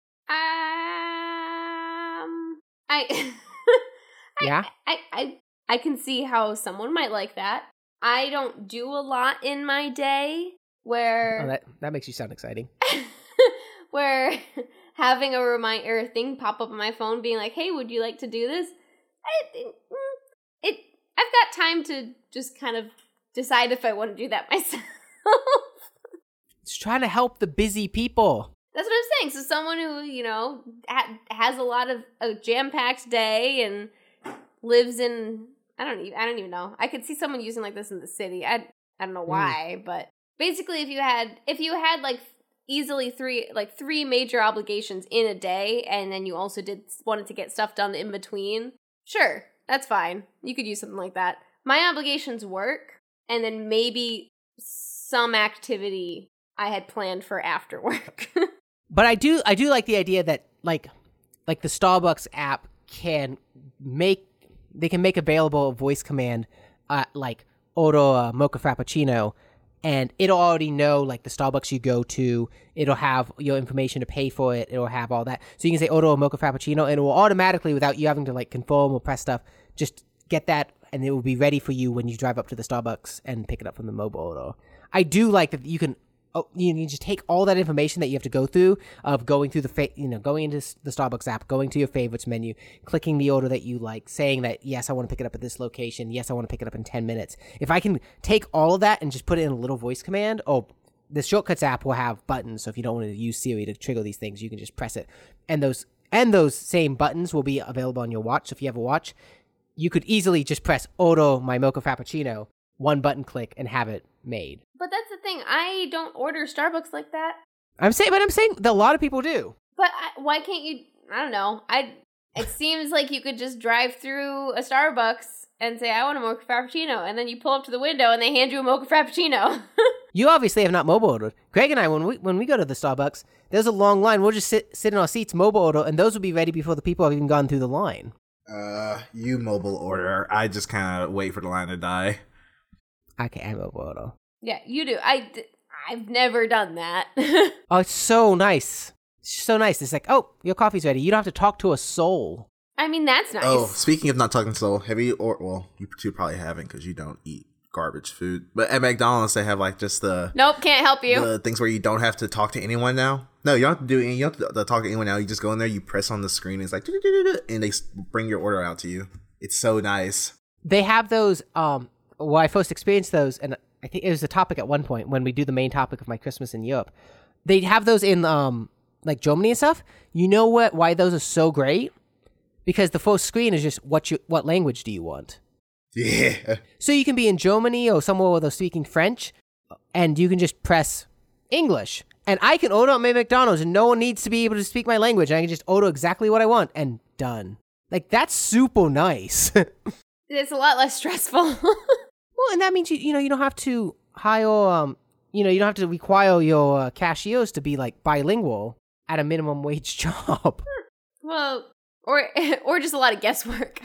S3: um, I, I
S1: Yeah.
S3: I, I I can see how someone might like that. I don't do a lot in my day where
S1: Oh, that that makes you sound exciting.
S3: where having a remind or a thing pop up on my phone being like, "Hey, would you like to do this?" I, it, it I've got time to just kind of decide if I want to do that myself.
S1: It's trying to help the busy people.
S3: That's what I'm saying. So someone who you know ha- has a lot of a jam packed day and lives in I don't even I don't even know. I could see someone using like this in the city. I I don't know why, but basically, if you had if you had like easily three like three major obligations in a day, and then you also did wanted to get stuff done in between, sure, that's fine. You could use something like that. My obligations work, and then maybe some activity I had planned for after work.
S1: But I do I do like the idea that like like the Starbucks app can make they can make available a voice command uh, like order a mocha frappuccino and it'll already know like the Starbucks you go to it'll have your information to pay for it it'll have all that so you can say order a mocha frappuccino and it will automatically without you having to like confirm or press stuff just get that and it will be ready for you when you drive up to the Starbucks and pick it up from the mobile order. I do like that you can oh, you need to take all that information that you have to go through of going through the fa- you know going into s- the Starbucks app, going to your favorites menu, clicking the order that you like, saying that yes, I want to pick it up at this location, yes, I want to pick it up in ten minutes. If I can take all of that and just put it in a little voice command, oh. The shortcuts app will have buttons, so if you don't want to use Siri to trigger these things, you can just press it, and those and those same buttons will be available on your watch. So if you have a watch, you could easily just press "Order my mocha frappuccino," one button click, and have it made.
S3: but that's the thing. I don't order Starbucks like that.
S1: I'm saying, but I'm saying that a lot of people do.
S3: But I, why can't you? I don't know. I. It seems like you could just drive through a Starbucks and say, "I want a mocha frappuccino," and then you pull up to the window and they hand you a mocha frappuccino.
S1: You obviously have not mobile ordered. Greg and I, when we when we go to the Starbucks, there's a long line. We'll just sit sit in our seats, mobile order, and those will be ready before the people have even gone through the line.
S2: Uh, you mobile order. I just kind of wait for the line to die.
S1: Okay, I mobile order.
S3: yeah, you do. I. d- I've never done that.
S1: Oh, it's so nice, so nice. It's like, oh, your coffee's ready. You don't have to talk to a soul.
S3: I mean, that's nice.
S2: Oh, speaking of not talking slow, have you or well, you two probably haven't because you don't eat garbage food. But at McDonald's, they have like just the
S3: Nope, can't help you.
S2: the things where you don't have to talk to anyone now. No, you don't have to do any. You don't have to talk to anyone now. You just go in there, you press on the screen, it's like, "Do-do-do-do-do," and they s- bring your order out to you. It's so nice.
S1: they have those um well i first experienced those and i think it was the topic at one point when we do the main topic of my christmas in europe they have those in um like germany and stuff you know what why those are so great because the first screen is just what you what language do you want
S2: Yeah,
S1: so you can be in germany or somewhere where they're speaking french and you can just press english and i can order at my mcdonald's and no one needs to be able to speak my language and i can just order exactly what i want and done like that's super nice
S3: It's a lot less stressful.
S1: Well, and that means you you know you don't have to hire um you know you don't have to require your uh, cashiers to be like bilingual at a minimum wage job,
S3: well, or or just a lot of guesswork.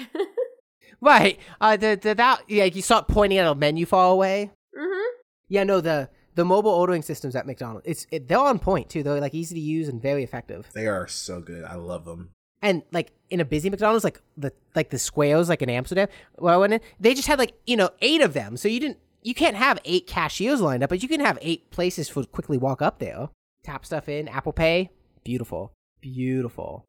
S1: right? Uh, the the that yeah you start pointing at a menu far away.
S3: hmm
S1: Yeah, no the the mobile ordering systems at McDonald's it's it, they're on point too. They're like easy to use and very effective.
S2: they are so good. I love them.
S1: and like in a busy McDonald's, like the like the squares, like in Amsterdam, where I went in, they just had like you know eight of them. So you didn't, you can't have eight cashiers lined up, but you can have eight places for quickly walk up there, tap stuff in, Apple Pay, beautiful, beautiful.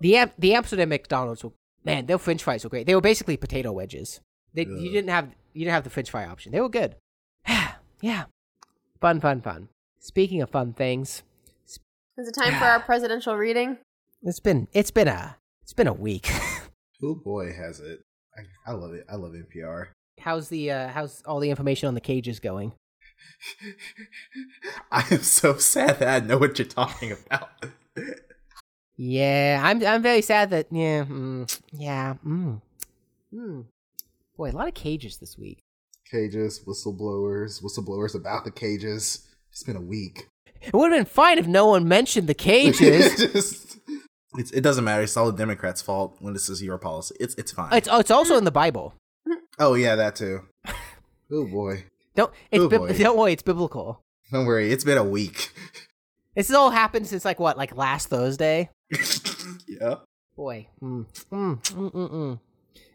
S1: The Am- the Amsterdam McDonald's, were, man, their French fries were great. They were basically potato wedges. They you
S2: Ugh.
S1: didn't have you didn't have the French fry option. They were good. yeah, fun, fun, fun. Speaking of fun things,
S3: Is it time for our presidential reading?
S1: it's been it's been a it's been a week.
S2: Who boy has it? I, I love it. I love NPR.
S1: How's the uh, how's all the information on the cages going?
S2: I am so sad that I know what you're talking about.
S1: Yeah, I'm I'm very sad that yeah mm, yeah mm, mm. boy a lot of cages this week.
S2: Cages, whistleblowers, whistleblowers about the cages. It's been a week.
S1: It would have been fine if no one mentioned the cages.
S2: Just- it's, it doesn't matter. It's all the Democrats' fault when this is your policy. It's it's fine.
S1: it's oh, it's also in the Bible.
S2: oh yeah, that too. oh boy,
S1: Don't it's
S2: Oh,
S1: bib-
S2: boy.
S1: don't worry, it's biblical.
S2: don't worry. It's been a week.
S1: This has all happened since like what like last Thursday.
S2: yeah.
S1: Boy, mm, mm, mm, mm, mm.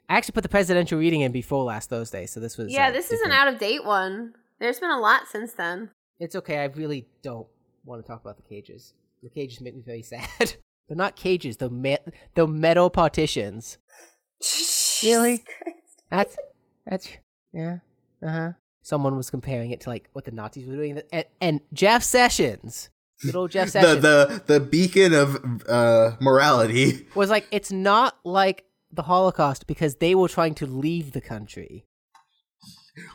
S1: I actually put the presidential reading in before last Thursday, so this was
S3: Yeah,
S1: uh,
S3: this is an
S1: different.
S3: out of date one. There's been a lot since then.
S1: It's okay. I really don't want to talk about the cages. The cages make me very sad. they're not cages. They're me- they're metal partitions. Really? That's that's yeah. uh-huh. Uh huh. Someone was comparing it to like what the Nazis were doing, and, and Jeff Sessions Good old Jeff
S2: The
S1: Sessions
S2: the the beacon of uh morality.
S1: was like, it's not like the Holocaust because they were trying to leave the country.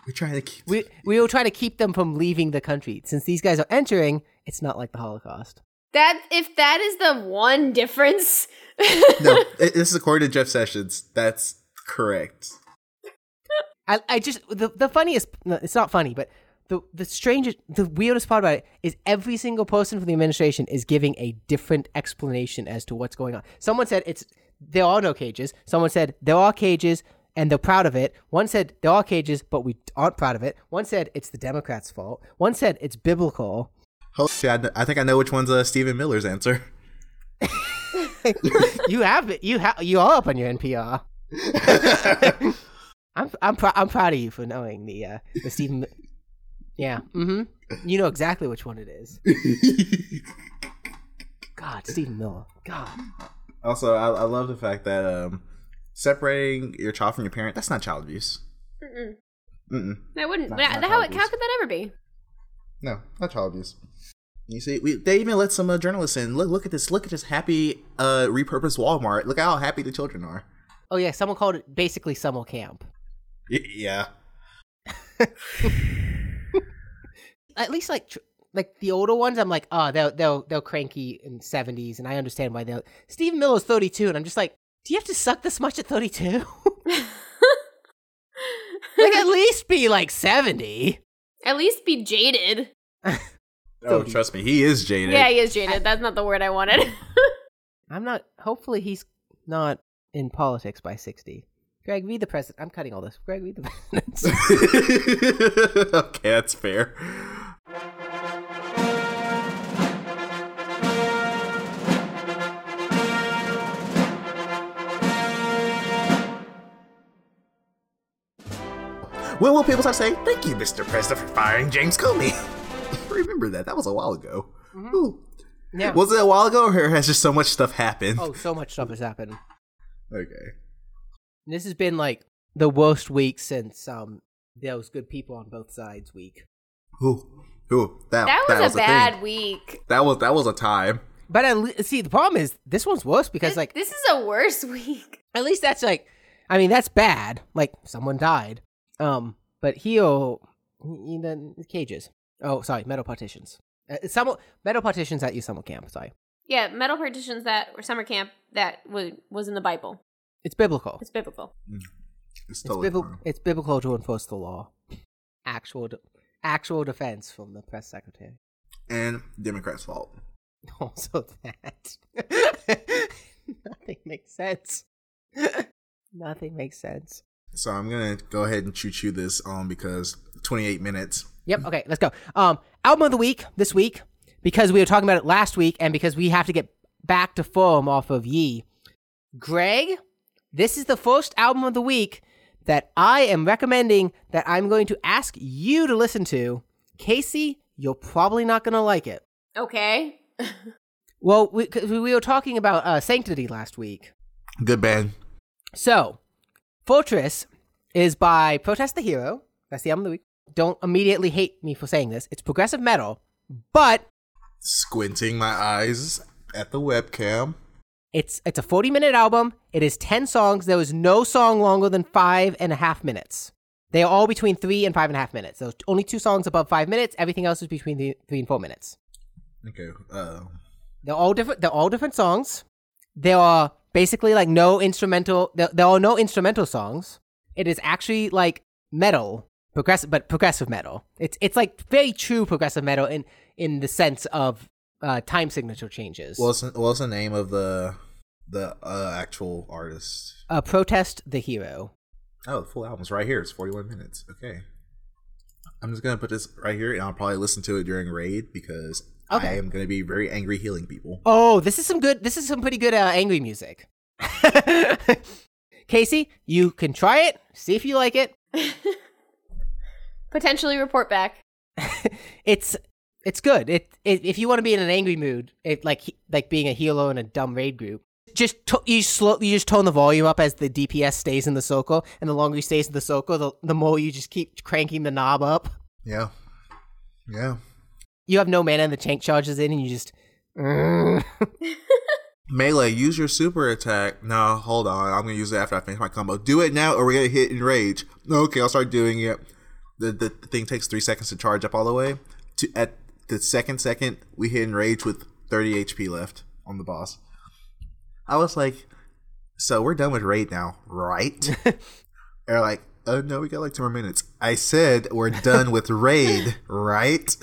S2: We're trying to keep
S1: We we will try to keep them from leaving the country. Since these guys are entering, it's not like the Holocaust.
S3: That if that is the one difference.
S2: No, it- this is according to Jeff Sessions. That's correct.
S1: I, I just the, the funniest no, it's not funny, but the the strangest the weirdest part about it is every single person from the administration is giving a different explanation as to what's going on. Someone said it's there are no cages. Someone said there are cages and they're proud of it. One said there are cages but we aren't proud of it. One said it's the Democrats' fault. One said it's biblical.
S2: Holy shit, I, kn- I think I know which one's uh, Stephen Miller's answer.
S1: you have it. You have you are up on your NPR. I'm I'm prou- I'm proud of you for knowing the uh, the Stephen. Yeah. hmm You know exactly which one it is. God, Stephen Miller. God.
S2: Also, I, I love the fact that um, separating your child from your parent, that's not child abuse.
S3: Mm-mm.
S2: Mm-mm.
S3: That wouldn't.
S2: Not-
S3: that-
S2: not
S3: how,
S2: obvious.
S3: how could that ever be?
S2: No, not child abuse. You see, we, they even let some uh, journalists in. Look, look at this. Look at this happy, uh, repurposed Walmart. Look how happy the children are.
S1: Oh yeah, someone called it basically summer camp.
S2: Y- yeah.
S1: At least like tr- like the older ones, I'm like, oh, they're they're they're cranky in seventies, and I understand why they're. Stephen Miller's thirty two, and I'm just like, do you have to suck this much at thirty two? like at least be like seventy.
S3: At least be jaded.
S2: Oh, trust me, he is jaded.
S3: Yeah, he is jaded. That's not the word I wanted.
S1: I'm not. Hopefully, he's not in politics by sixty. Greg, read the president. I'm cutting all this. Greg, read the presidents.
S2: okay, that's fair. When will people start saying, thank you, Mr. President, for firing James Comey? Remember that. That was a while ago. Ooh.
S1: Mm-hmm. yeah.
S2: Was it a while ago, or has just so much stuff happened?
S1: oh, so much stuff has happened.
S2: Okay.
S1: This has been like the worst week since um those good people on both sides week.
S2: Ooh. Ooh. That,
S3: that was a
S2: thing.
S3: bad week.
S2: That was, that was a time.
S1: But at le- see, the problem is this one's worse because
S3: This-
S1: like
S3: this is a worse week.
S1: at least that's like, I mean that's bad. Like someone died. Um, but he'll in the cages. Oh, sorry, metal partitions. Uh, some metal partitions at your summer camp. Sorry,
S3: Yeah, metal partitions that or summer camp that was was in the Bible.
S1: it's biblical.
S3: It's biblical.
S2: It's
S1: It's,
S2: totally
S1: bibl-
S2: fine.
S1: it's biblical to enforce the law. Actual, de- actual defense from the press secretary.
S2: and Democrats' fault.
S1: Also that nothing makes sense. nothing makes sense.
S2: So I'm gonna go ahead and choo choo this on because 28 minutes.
S1: Yep. Okay, let's go. Um, album of the week this week because we were talking about it last week, and because we have to get back to form off of Ye. Greg, this is the first album of the week that I am recommending that I'm going to ask you to listen to. Casey, you're probably not going to like it.
S3: Okay.
S1: Well, we, 'cause we were talking about uh, Sanctity last week.
S2: Good band.
S1: So, Fortress is by Protest the Hero. That's the album of the week. Don't immediately hate me for saying this. It's progressive metal, but
S2: Squinting my eyes at the webcam.
S1: it's it's a 40 minute album. It is 10 songs. There is no song longer than five and a half minutes. They are all between three and five and a half minutes. There's only two songs above five minutes. Everything else is between the, three and four minutes.
S2: Okay. Uh,
S1: They're all different. They're all different songs. There are basically like no instrumental. There, there are no instrumental songs. It is actually like metal, progressive, but progressive metal. It's it's like very true progressive metal in in the sense of uh, time signature changes.
S2: what's what's the name of the the uh, actual artist?
S1: uh, protest the hero.
S2: Oh, the full album's right here. It's 41 minutes. Okay. I'm just gonna put this right here, and I'll probably listen to it during raid because I
S1: Okay.
S2: am gonna be very angry healing people.
S1: Oh, this is some good. This is some pretty good uh, angry music. Casey, you can try it. See if you like it.
S3: Potentially report back.
S1: it's it's good. It, it if you want to be in an angry mood, it, like he- like being a hero in a dumb raid group, just to, you slow you just tone the volume up as the DPS stays in the circle, and the longer he stays in the circle, the the more you just keep cranking the knob up.
S2: Yeah. Yeah.
S1: you have no mana and the tank charges in and you just "Ugh."
S2: Melee, use your super attack. No, hold on. I'm gonna use it after I finish my combo. Do it now, or we're gonna hit in rage. Okay, I'll start doing it. The, the thing takes three seconds to charge up all the way. To at the second second, we hit in rage with 30 HP left on the boss. I was like, so we're done with raid now, right? They're like, oh no, we got like two more minutes. I said we're done with raid, right?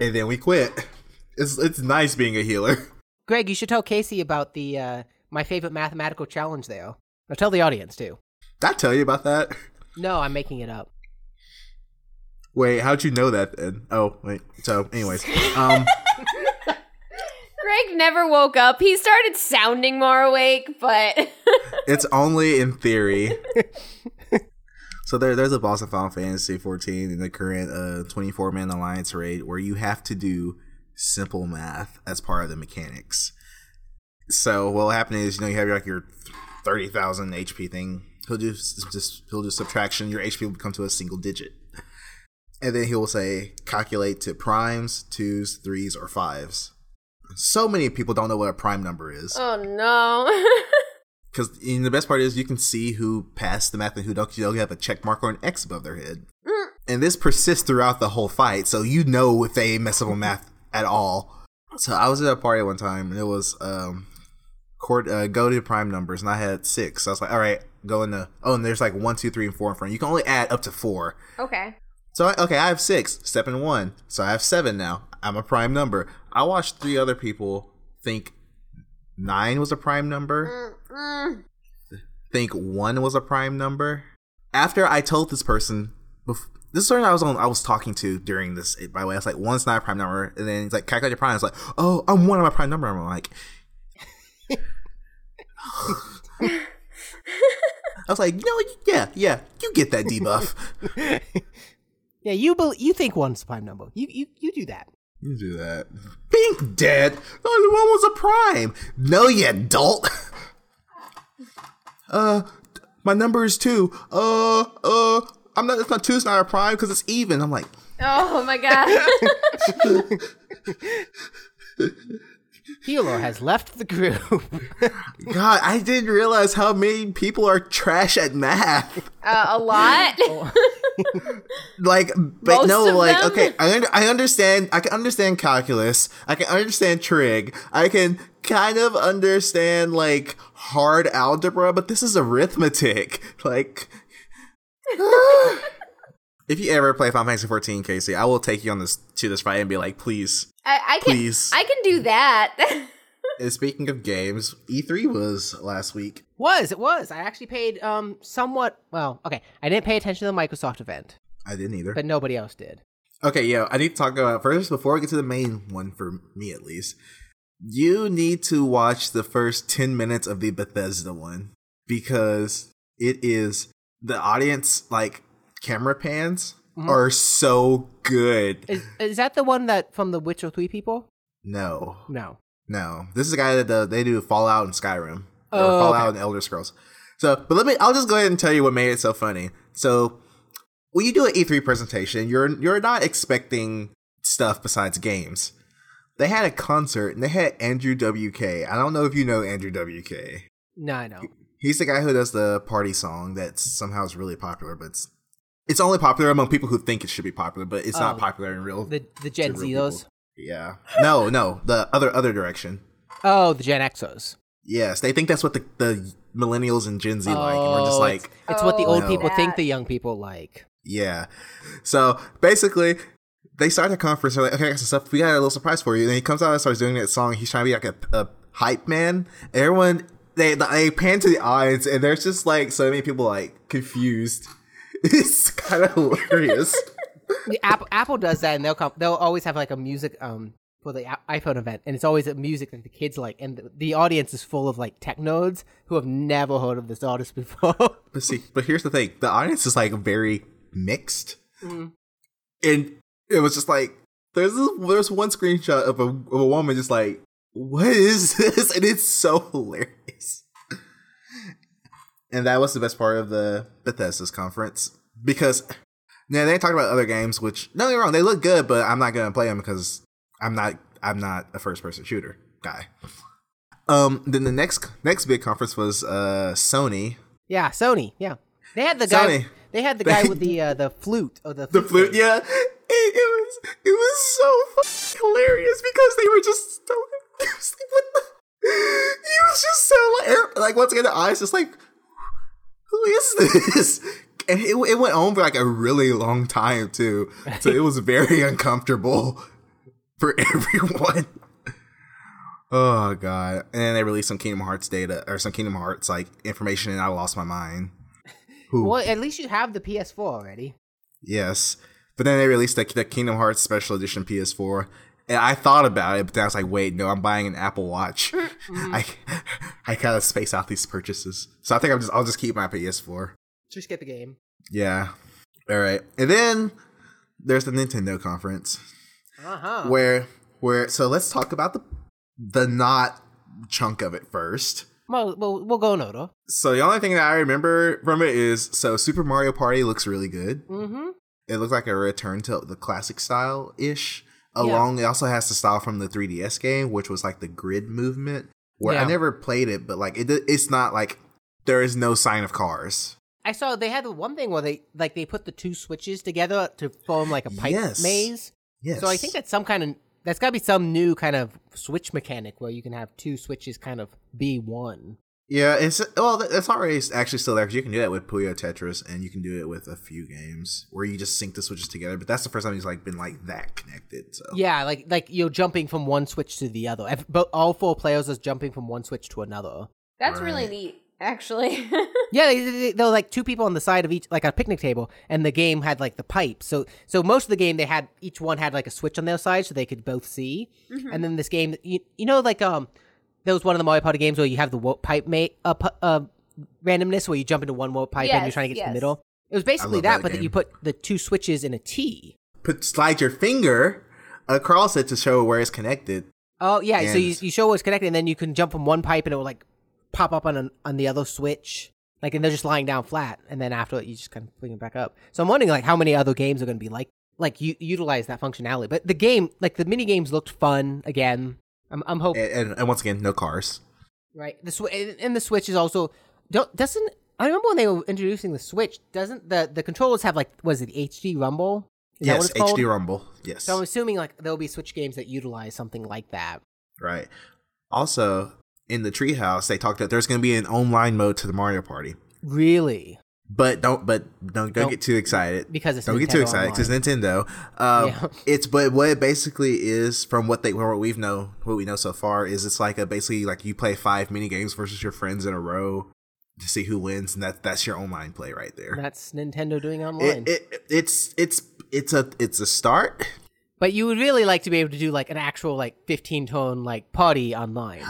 S2: And then we quit. It's it's nice being a healer.
S1: Greg, you should tell Casey about the uh, my favorite mathematical challenge though. Or tell the audience too.
S2: Did I tell you about that?
S1: No, I'm making it up.
S2: Wait, how'd you know that then? Oh, wait. So, anyways, um,
S3: Greg never woke up. He started sounding more awake, but
S2: it's only in theory. so there, there's a boss in Final Fantasy 14 in the current 24 man alliance raid where you have to do simple math as part of the mechanics. So what will happen is you know you have your, like your thirty thousand HP thing. He'll do s- just he'll do subtraction. Your HP will come to a single digit, and then he will say calculate to primes, twos, threes, or fives. So many people don't know what a prime number is
S3: oh no.
S2: because the best part is you can see who passed the math and who don't. They'll have a check mark or an X above their head, and this persists throughout the whole fight. So you know if they mess up on math at all. So I was at a party one time and it was um, court uh, go to prime numbers, and I had six. So I was like, all right, go into oh, and there's like one, two, three, and four in front. You can only add up to four.
S3: okay.
S2: So I, okay, I have six. Step in one. So I have seven now. I'm a prime number. I watched three other people think nine was a prime number
S3: Mm-mm.
S2: think one was a prime number. After I told this person, bef- this is someone I was on, I was talking to during this. By the way, I was like, one's not a prime number, and then he's like, calculate your prime. I was like, oh, I'm one of my prime number. I'm like, I was like, no, yeah, yeah, you get that debuff.
S1: Yeah, you bel you think one's prime number. You you you do that.
S2: you do that. Pink dead. Only one was a prime. No, you adult. uh, my number is two. Uh, uh, I'm not. It's not two. It's not a prime because it's even. I'm like,
S3: Oh my god.
S1: Hilo has left the group.
S2: God, I didn't realize how many people are trash at math.
S3: Uh, a lot.
S2: Oh. Like, but
S3: Most
S2: no,
S3: of
S2: like,
S3: them?
S2: okay, I under, I understand. I can understand calculus. I can understand trig. I can kind of understand like hard algebra, but this is arithmetic. Like, if you ever play Final Fantasy 14, Casey, I will take you on this to this fight and be like, please.
S3: I, I can
S2: Please.
S3: I can do that.
S2: And speaking of games, E3 was last week.
S1: was it was? I actually paid um somewhat well. Okay, I didn't pay attention to the Microsoft event,
S2: I didn't either.
S1: but nobody else did.
S2: Okay, yeah, I need to talk about first before we get to the main one for me at least. You need to watch the first 10 minutes of the Bethesda one because it is the audience like camera pans
S1: Mhm.
S2: are so good.
S1: Is is that the one that from the Witcher Three people?
S2: No.
S1: No.
S2: No. This is a guy that uh, they do Fallout and Skyrim. Or
S1: Oh,
S2: Fallout and Elder Scrolls. So, but let me, I'll just go ahead and tell you what made it so funny. So, when you do an E3 presentation, you're, you're not expecting stuff besides games. They had a concert and they had Andrew WK. I don't know if you know Andrew WK.
S1: No, I know.
S2: He's the guy who does the party song that somehow is really popular, but it's, it's only popular among people who think it should be popular, but it's not
S1: Oh.
S2: popular in real.
S1: The the Gen
S2: to real
S1: Zos.
S2: people. yeah. No, no, the other other direction.
S1: Oh, the Gen Xos.
S2: Yes, they think that's what the, the millennials and Gen Z like, and we're just
S1: Oh, it's-
S2: like,
S1: it's, what the
S3: Oh,
S1: old
S2: no.
S1: people think
S3: that.
S1: the young people like.
S2: yeah. So basically, they start the conference. They're like, okay, I got some stuff. We got a little surprise for you. And he comes out and starts doing that song. He's trying to be like a, a hype man. Everyone they they pan to the audience, and there's just like so many people like confused. It's kind of hilarious.
S1: The Apple Apple does that, and they'll come. They'll always have like a music um for the i- iPhone event, and it's always a music that the kids like, and the, the audience is full of like tech nodes who have never heard of this artist before.
S2: But see, but here's the thing: the audience is like very mixed, and it was just like there's this, there's one screenshot of a of a woman just like, "What is this?" and it's so hilarious. And that was the best part of the Bethesda's conference because Yeah, they talked about other games, which don't get me wrong, they look good, but I'm not gonna play them because I'm not I'm not a first person shooter guy. Um, then the next next big conference was uh Sony.
S1: Yeah, Sony. Yeah, they had the guy.
S2: Sony.
S1: They had the guy with the uh, the flute. Oh, the
S2: The
S1: flute
S2: flute,
S1: thing.
S2: yeah, it, it was it was so fucking hilarious because they were just so. It was like, what the? It was just so like, like once again the eyes just like who is this? And it, it went on for like a really long time too, so it was very uncomfortable for everyone. Oh god! And then they released some Kingdom Hearts data or some Kingdom Hearts like information, and I lost my mind. Who?
S1: Well, at least you have the PS4 already.
S2: Yes. But then they released the, the Kingdom Hearts Special Edition PS4. And I thought about it, but then I was like, wait, no, I'm buying an Apple Watch. I I gotta space out these purchases. So I think I'm just I'll just keep my PS4.
S1: Just get the game.
S2: Yeah. Alright. And then there's the Nintendo conference.
S1: Uh huh.
S2: Where where so let's talk about the the not chunk of it first.
S1: Well, we'll, we'll go in order.
S2: So the only thing that I remember from it is so Super Mario Party looks really good.
S1: Mm-hmm.
S2: it looked like a return to the classic style ish. Along, it also has the style from the 3DS game, which was like the grid movement. Where
S1: Yeah.
S2: I never played it, but like it, it's not like there is no sign of cars.
S1: I saw they had the one thing where they like they put the two switches together to form like a pipe
S2: Yes.
S1: maze.
S2: Yes.
S1: So I think that's some kind of that's got to be some new kind of switch mechanic where you can have two switches kind of be one.
S2: yeah, it's well, th- it's already s- actually still there because you can do that with Puyo Tetris, and you can do it with a few games where you just sync the switches together. But that's the first time he's like been like that connected. So
S1: Yeah, like like you're jumping from one switch to the other. If, but all four players is jumping from one switch to another.
S3: That's really
S2: Right.
S3: neat, actually.
S1: Yeah, they, they, they were like two people on the side of each, like a picnic table, and the game had like the pipe. So, so most of the game they had each one had like a switch on their side, so they could both see.
S3: Mm-hmm.
S1: And then this game, you, you know, like um, there was one of the Mario Party games where you have the warp pipe mate uh, pu- uh randomness where you jump into one warp pipe and you're
S3: Yes,
S1: trying to get to
S3: yes.
S1: the middle. It was basically
S2: love
S1: that,
S2: that
S1: but that you
S2: game.
S1: put the two switches in a T.
S2: put slide your finger across it to show where it's connected.
S1: Oh yeah, so you,
S2: And-
S1: you show what's connected, and then you can jump from one pipe, and it will like pop up on an, on the other switch, like, and they're just lying down flat, and then after it, you just kind of bring it back up. So I'm wondering like how many other games are going to be like like you utilize that functionality. But the game, like the mini games, looked fun again. I'm I'm hoping
S2: And, and, and once again, no cars.
S1: right. The sw- and, and the Switch is also don't doesn't I remember when they were introducing the Switch? Doesn't the the controllers have like was it HD Rumble? Is that what
S2: yes,
S1: it's called?
S2: HD Rumble. Yes.
S1: So I'm assuming like there'll be Switch games that utilize something like that.
S2: Right. Also, in the treehouse, they talked that there's going to be an online mode to the Mario Party,
S1: Really,
S2: but don't, but don't, don't,
S1: Don't-
S2: get too excited.
S1: because it's
S2: don't get too
S1: Nintendo
S2: excited because
S1: Online.
S2: Nintendo. Um,
S1: Yeah.
S2: It's but what it basically is from what they what we've know what we know so far is it's like a basically like you play five mini games versus your friends in a row to see who wins, and that that's your online play right there.
S1: That's Nintendo doing online.
S2: It, it it's it's it's a it's a start.
S1: but you would really like to be able to do like an actual like 15 tone like party online.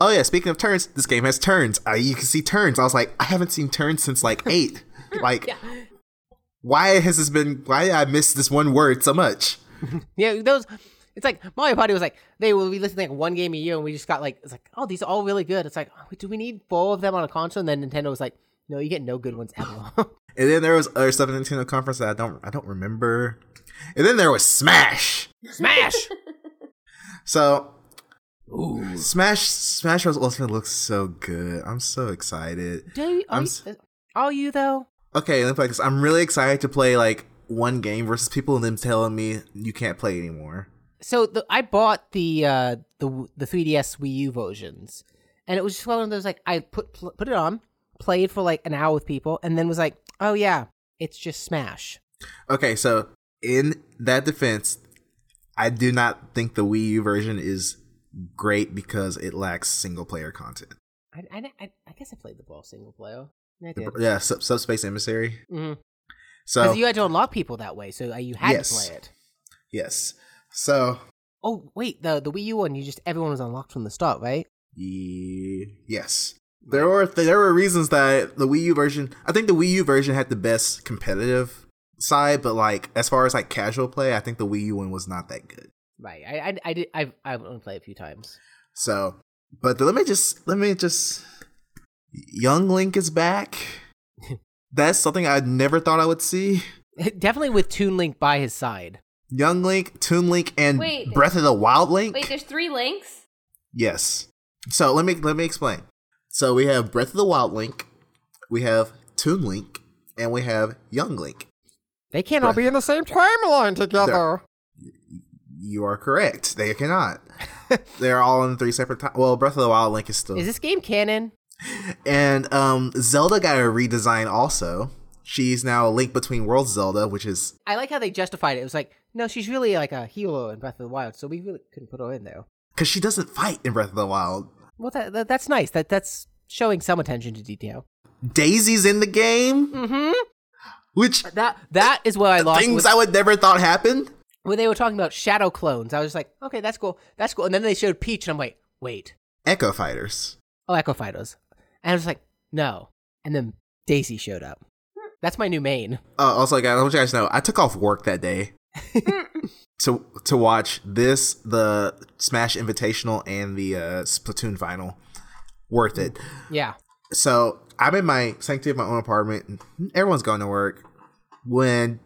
S2: Oh yeah, speaking of turns, this game has turns. Uh, you can see turns. I was like, I haven't seen turns since like eight. like, why has this been? Why did I miss this one word so much?
S1: Yeah, those. It's like Mario Party was like they will be listening like one game a year, and we just got like it's like oh these are all really good. It's like oh, do we need four of them on a console? And then Nintendo was like, no, you get no good ones ever.
S2: And then there was other stuff at the Nintendo conference that I don't I don't remember. And then there was Smash.
S1: Smash.
S2: So, Smash Smash Bros Ultimate looks so good. I'm so excited.
S1: Do you, are,
S2: I'm
S1: you, uh, are you though?
S2: Okay, let me play this. I'm really excited to play like one game versus people and them telling me you can't play anymore.
S1: so the, I bought the uh, the the 3ds Wii U versions, and it was just one of those like I put pl- put it on, played for like an hour with people, and then was like, oh yeah, it's just Smash.
S2: Okay, so in that defense, I do not think the Wii U version is great because it lacks single player content.
S1: I I, I, I guess I played the ball single player. I
S2: The-
S1: did.
S2: Yeah, sub, Subspace Emissary.
S1: Because
S2: So
S1: you had to unlock people that way, so uh, you had
S2: Yes.
S1: to play it.
S2: yes, so
S1: Oh wait, the the Wii U one, you just everyone was unlocked from the start, right?
S2: ye- yes, there were there were reasons that the Wii U version. I think the Wii U version had the best competitive side, but like as far as like casual play, I think the Wii U one was not that good.
S1: Right. I I, I did. I've I've only played a few times.
S2: So, but let me just let me just Young Link is back. That's something I never thought I would see.
S1: Definitely with Toon Link by his side.
S2: Young Link, Toon Link, and
S3: Wait.
S2: Breath of the Wild Link.
S3: Wait, there's three links.
S2: Yes. So let me let me explain. So we have Breath of the Wild Link, we have Toon Link, and we have Young Link.
S1: They can't all be in the same timeline together.
S2: You are correct. They cannot. They're all in three separate times. Well, Breath of the Wild Link is still
S1: Is this game canon?
S2: and um Zelda got a redesign also. She's now a link between worlds Zelda, which is
S1: I like how they justified it. It was like, no, she's really like a hero in Breath of the Wild, so we really couldn't put her in there.
S2: because she doesn't fight in Breath of the Wild.
S1: Well, that, that that's nice. That that's showing some attention to detail.
S2: Daisy's in the game,
S1: Mm-hmm.
S2: which
S1: That that is what I lost.
S2: things
S1: with-
S2: I would never thought happened.
S1: when they were talking about shadow clones, I was like, okay, that's cool, that's cool. And then they showed Peach, and I'm like, wait,
S2: Echo Fighters.
S1: oh, Echo Phytos. And I was like, no. And then Daisy showed up. That's my new main.
S2: Uh, also, guys, I want you guys to know I took off work that day to to watch this, the Smash Invitational, and the uh, Splatoon Final. Worth it.
S1: Yeah.
S2: So I'm in my sanctity of my own apartment. Everyone's going to work. When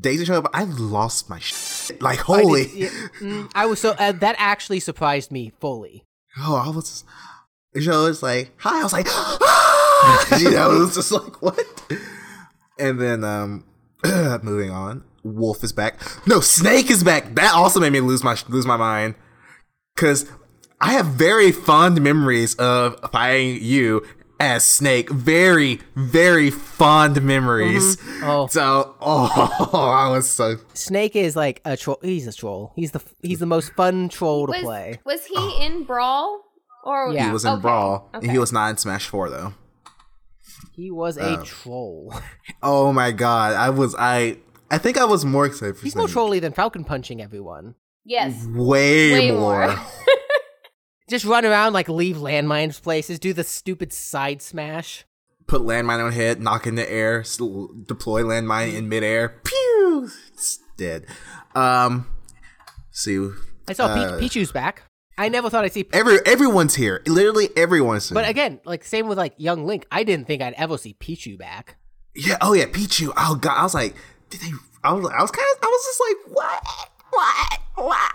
S2: Daisy showed up, I lost my shit. Like
S1: I did-
S2: holy,
S1: yeah, mm, I was so uh, that actually surprised me fully.
S2: oh, I was. She was like, "Hi," I was like, "Ah!" you know, it was just like what. And then, um, moving on, Wolf is back. No, Snake is back. That also made me lose my lose my mind because I have very fond memories of fighting you as Snake. Very, very fond memories.
S3: Mm-hmm.
S1: Oh.
S2: So, oh, I was so
S1: Snake is like a troll. He's a troll. He's the f- he's the most fun troll to
S3: Was
S1: play.
S3: was he in Brawl or
S1: Yeah.
S2: Oh. he was in
S3: okay,
S2: Brawl.
S3: okay.
S2: He was not in Smash Four though.
S1: He was a troll.
S2: Oh my god, I was I I think I was more excited for
S1: He's more
S2: Snake.
S1: trolly than Falcon punching everyone.
S3: Yes.
S2: way,
S3: Way
S2: more.
S3: more.
S1: Just run around like leave landmines places. Do the stupid side smash.
S2: Put landmine on head, knock in the air, s- deploy landmine in midair. Pew! It's dead. Um, see,
S1: I saw Pi-
S2: Uh.
S1: Pichu's back. I never thought I'd see. Pi-
S2: every everyone's here. Literally everyone's here.
S1: but again, like same with like Young Link, I didn't think I'd ever see Pichu back.
S2: yeah, oh yeah, Pichu. Oh god, I was like, did they? I was, I was kind of, I was just like, what, what, what?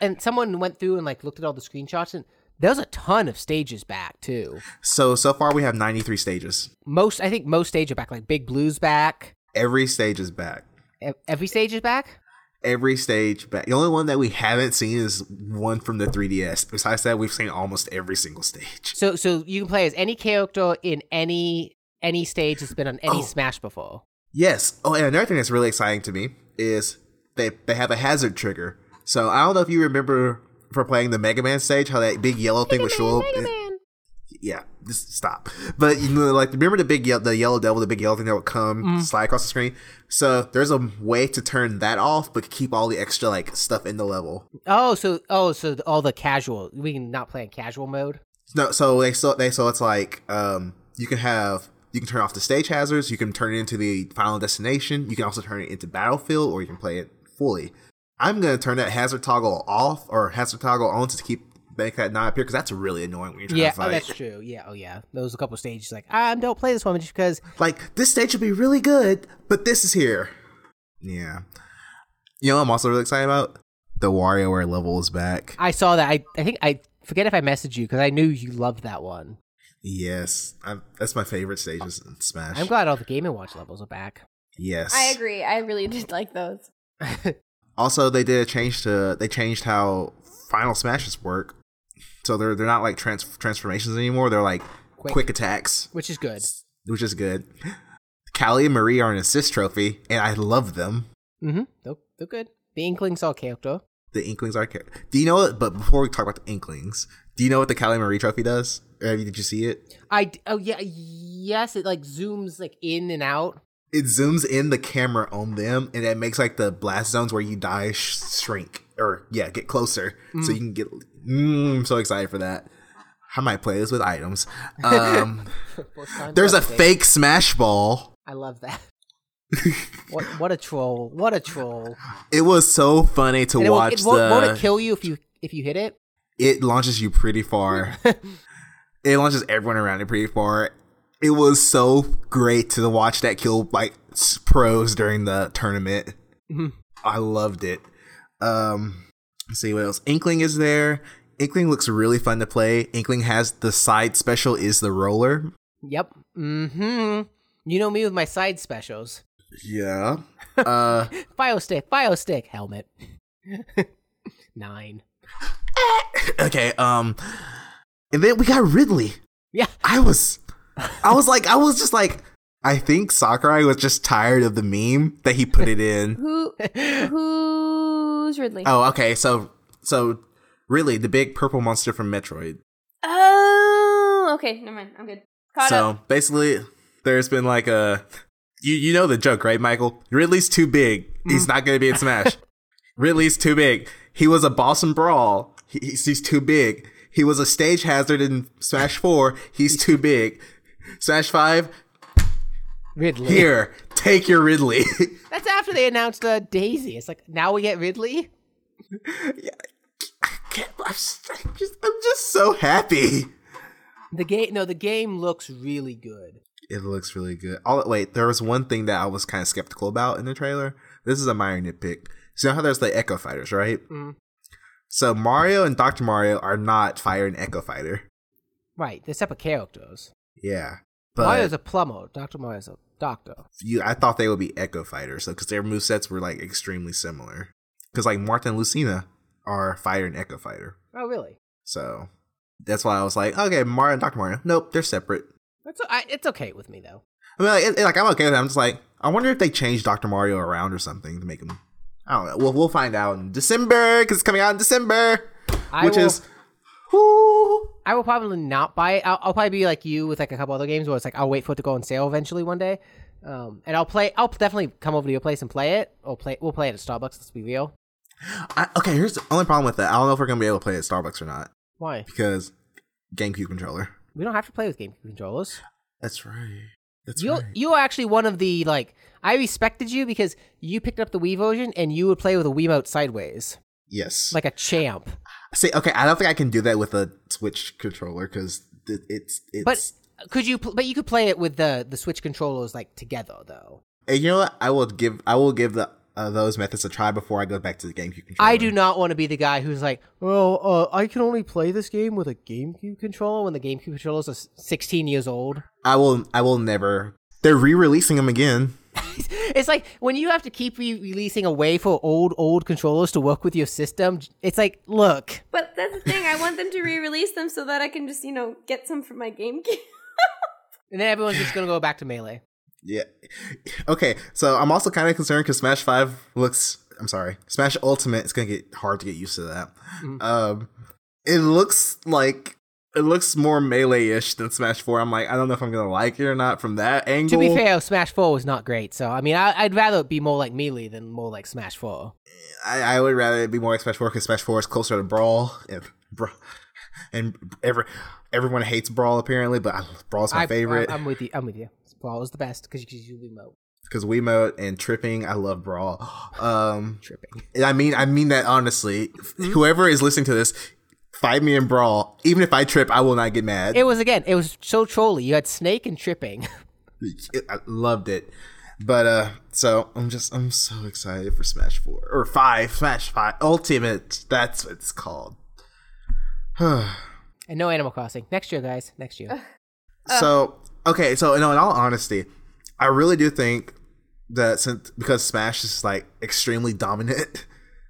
S1: And someone went through and like looked at all the screenshots, and there's a ton of stages back too.
S2: So so far we have ninety three stages.
S1: Most, I think, most stage are back. Like Big Blue's back.
S2: Every stage is back.
S1: E- Every stage is back.
S2: every stage back. The only one that we haven't seen is one from the 3DS. Besides that, we've seen almost every single stage.
S1: So so you can play as any character in any any stage that's been on any
S2: Oh.
S1: Smash before.
S2: Yes. Oh, and another thing that's really exciting to me is they they have a hazard trigger. So I don't know if you remember for playing the Mega Man stage how that big yellow thing would show up. Yeah, just stop. But you know, like remember the big yellow, the yellow devil, the big yellow thing that would come slide across the screen. So there's a way to turn that off, but keep all the extra like stuff in the level.
S1: Oh, so oh, so th- all the casual. We can not play in casual mode.
S2: No, so they so they so it's like um you can have you can turn off the stage hazards, you can turn it into the final destination, you can also turn it into battlefield, or you can play it fully. I'm gonna turn that hazard toggle off or hazard toggle on to keep make that not appear because that's really annoying when you're trying
S1: Yeah,
S2: to
S1: oh,
S2: fight.
S1: that's true. Yeah, oh yeah. There was a couple stages like I don't play this one just because
S2: like this stage would be really good, but this is here. Yeah, you know what I'm also really excited about the WarioWare level is back.
S1: I saw that. I I think I forget if I messaged you because I knew you loved that one.
S2: Yes, I'm, that's my favorite stages in Smash.
S1: I'm glad all the Game and Watch levels are back.
S2: yes,
S3: I agree. I really did like those.
S2: Also, they did a change to they changed how final smashes work. So they're they're not like trans- transformations anymore. They're like
S1: Quick.
S2: quick, attacks,
S1: Which is good.
S2: which is good. Callie and Marie are an assist trophy, and I love them.
S1: Mm-hmm. They're, they're good. The Inklings all character.
S2: The Inklings are. ca- Do you know? what- But before we talk about the Inklings, do you know what the Callie and Marie trophy does? Or have you- Did you see it?
S1: I d- oh yeah yes it like zooms like in and out.
S2: It zooms in the camera on them, and it makes like the blast zones where you die sh- shrink or yeah, get closer, so you can get. Mm, I'm so excited for that. I might play this with items. Um,
S1: First time
S2: There's a
S1: posted.
S2: fake smash ball.
S1: I love that. what what a troll! What a troll!
S2: It was so funny to
S1: And it, will,
S2: watch
S1: it won't,
S2: the
S1: won't it kill you if you if you hit it?
S2: it launches you pretty far. it launches everyone around it pretty far. It was so great to watch that kill like s- pros during the tournament.
S1: Mhm.
S2: I loved it. Um, let's see what else. Inkling is there. Inkling looks really fun to play. Inkling has the side special is the roller.
S1: Yep. Mm-hmm. You know me with my side specials.
S2: Yeah. Uh,
S1: Bio stick, bio stick, helmet. Nine.
S2: okay. Um, and then we got Ridley.
S1: Yeah.
S2: I was, I was like, I was just like, I think Sakurai was just tired of the meme that he put it in.
S3: Who who's Ridley?
S2: Oh, okay. So, so really, the big purple monster from Metroid.
S3: Oh, okay. Never mind. I'm good. Caught
S2: so
S3: up.
S2: basically, there's been like a, you you know the joke, right, Michael? Ridley's too big.
S3: Mm.
S2: He's not gonna be in Smash. Ridley's too big. He was a boss in Brawl. He, he's, he's too big. He was a stage hazard in Smash Four. He's too big. Smash Five.
S1: Ridley.
S2: Here, take your Ridley.
S1: That's after they announced uh, Daisy. It's like now we get Ridley.
S2: I can't, I'm, just, I'm just I'm just so happy.
S1: The game, no, the game looks really good.
S2: It looks really good. All wait, there was one thing that I was kind of skeptical about in the trailer. This is a minor nitpick. So you know how there's like Echo Fighters, right?
S1: Mm.
S2: So Mario and Doctor Mario are not Fire and Echo Fighter.
S1: Right, they're separate characters.
S2: Yeah,
S1: Mario's
S2: but
S1: a plumber. Doctor Mario's a doctor.
S2: you, I thought they would be Echo Fighters because their movesets were like extremely similar. Because like Martha and Lucina are Fire and Echo Fighter,
S1: Oh, really?
S2: so that's why I was like, okay, Mario and Doctor Mario. Nope, they're separate.
S1: That's I, it's okay with me though.
S2: I mean, like, it, it- like I'm okay with that. I'm just like, I wonder if they changed Doctor Mario around or something to make him. I don't know. We'll we'll find out in December because it's coming out in December,
S1: I
S2: which
S1: will,
S2: is, whoo,
S1: I will probably not buy it. I'll, I'll probably be like you with like a couple other games where it's like I'll wait for it to go on sale eventually one day, um, and I'll play. I'll definitely come over to your place and play it. Or play. We'll play it at Starbucks. Let's be real.
S2: I, okay. Here's the only problem with that. I don't know if we're gonna be able to play at Starbucks or not
S1: Why?
S2: because GameCube controller.
S1: We don't have to play with game controllers.
S2: That's right. That's
S1: You
S2: right.
S1: you are actually one of the like I respected you because you picked up the Wii version and you would play with a Wiimote sideways
S2: Yes. Like
S1: like a champ.
S2: see, okay. I don't think I can do that with a Switch controller because it, it's it's.
S1: But could you? pl- But you could play it with the the Switch controllers like together though.
S2: and you know what? I will give I will give the uh, those methods a try before I go back to the GameCube controller.
S1: I do not want to be the guy who's like, well, uh, I can only play this game with a GameCube controller when the GameCube controllers are s- 16 years old.
S2: I will. I will never. They're re-releasing them again.
S1: It's like when you have to keep re- releasing a way for old old controllers to work with your system. It's like, look,
S3: But that's the thing. I want them to re-release them so that I can just, you know, get some for my GameCube.
S1: and then everyone's just gonna go back to melee.
S2: Yeah. Okay. So I'm also kind of concerned because Smash Five looks. I'm sorry. Smash Ultimate. It's gonna get hard to get used to that.
S1: Mm.
S2: Um, it looks like it looks more melee-ish than Smash Four. I'm like, I don't know if I'm gonna like it or not from that
S1: To
S2: angle.
S1: be fair, Smash Four was not great, so I mean, I, I'd rather it be more like melee than more like Smash Four.
S2: I, I would rather it be more like Smash Four because Smash Four is closer to Brawl and. Bra- and every, everyone hates Brawl apparently, but I, Brawl's my
S1: I-
S2: favorite.
S1: I, am with you. I'm with you. Brawl is the best because you can use remote
S2: because Wiimote and tripping, I love Brawl. Um,
S1: tripping.
S2: and I mean, I mean that honestly. Whoever is listening to this, fight me in Brawl. Even if I trip, I will not get mad.
S1: It was again. It was so trolly. You had Snake and tripping.
S2: I loved it. But uh, so I'm just I'm so excited for Smash Four or Five, Smash Five Ultimate. That's what it's called.
S1: And no Animal Crossing. Next year, guys. Next year.
S2: So okay, so in all honesty, I really do think that since because Smash is like extremely dominant,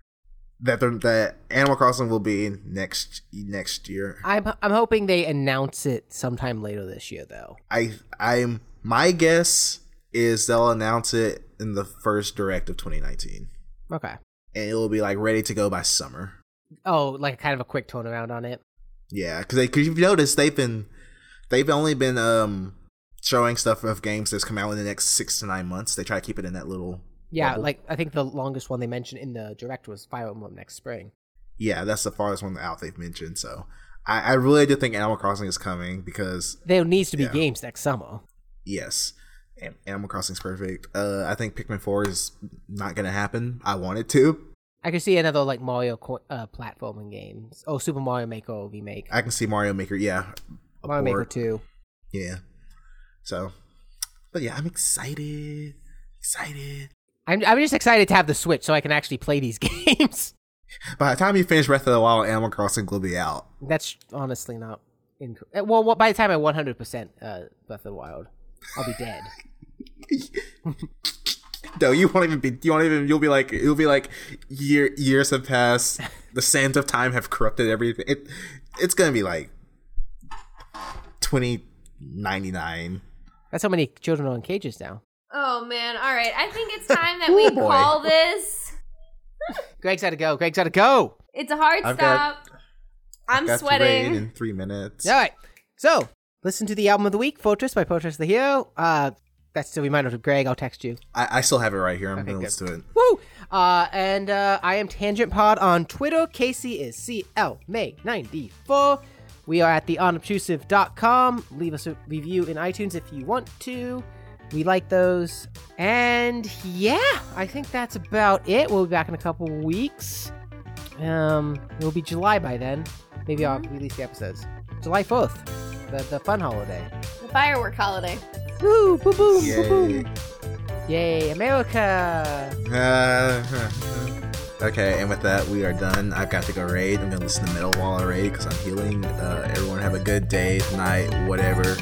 S2: that they're, that Animal Crossing will be next next year.
S1: I'm I'm hoping they announce it sometime later this year, though.
S2: I I'm my guess is they'll announce it in the first direct of 2019,
S1: Okay.
S2: and it will be like ready to go by summer.
S1: Oh, like kind of a quick turnaround on it.
S2: Yeah, because because you've noticed they've been they've only been um showing stuff of games that's come out in the next six to nine months. They try to keep it in that little
S1: Yeah,
S2: bubble.
S1: like I think the longest one they mentioned in the direct was Fire Emblem next spring.
S2: yeah, that's the farthest one out they've mentioned. So I, I really do think Animal Crossing is coming because
S1: There needs to be
S2: Yeah.
S1: games next summer.
S2: yes, An- Animal Crossing's perfect. Uh, I think Pikmin Four is not gonna happen. I want it to.
S1: I could see another like Mario co- uh, platforming games. Oh, Super Mario Maker remake,
S2: I can see Mario Maker. Yeah, a
S1: Mario Maker
S2: port.
S1: Two.
S2: Yeah. So, but yeah, I'm excited. Excited.
S1: I'm, I'm just excited to have the Switch so I can actually play these games.
S2: By the time you finish Breath of the Wild, Animal Crossing will be out.
S1: That's honestly not. Inc- uh, well, what, by the time I 100% uh, Breath of the Wild, I'll be dead.
S2: No, you won't even be. You won't even. You'll be like. You'll be like. Year, years have passed. The sands of time have corrupted everything. It, it's gonna be like twenty ninety nine.
S1: That's how many children are in cages now.
S3: Oh man! All right, I think it's time that we
S2: Oh, boy.
S3: call this.
S1: Greg's gotta go. Greg's gotta go.
S3: It's a hard
S2: I've got-
S3: stop. I'm sweating.
S2: in three minutes.
S1: All right. So listen to the album of the week, Fortress by Fortress the Hero. Uh, that's the reminder to Greg. I'll text you.
S2: I, I still have it right here. I'm
S1: Okay,
S2: gonna
S1: good.
S2: listen to it.
S1: Woo! Uh, and uh, I am Tangent Pod on Twitter. Casey is CL May 94. We are at theunobtrusive.com. Leave us a review in iTunes if you want to. We like those. And yeah, I think that's about it. We'll be back in a couple weeks. Um, it'll be July by then. Maybe I'll release the episodes. July 4th, the, the fun holiday.
S3: The firework holiday.
S1: Woo! Boom! Boom!
S2: Yay.
S1: Boom! Yay! America!
S2: Uh, okay, and with that, we are done. I've got to go raid. I'm gonna listen to Metal Wall Raid because I'm healing. Uh, everyone have a good day, night, whatever.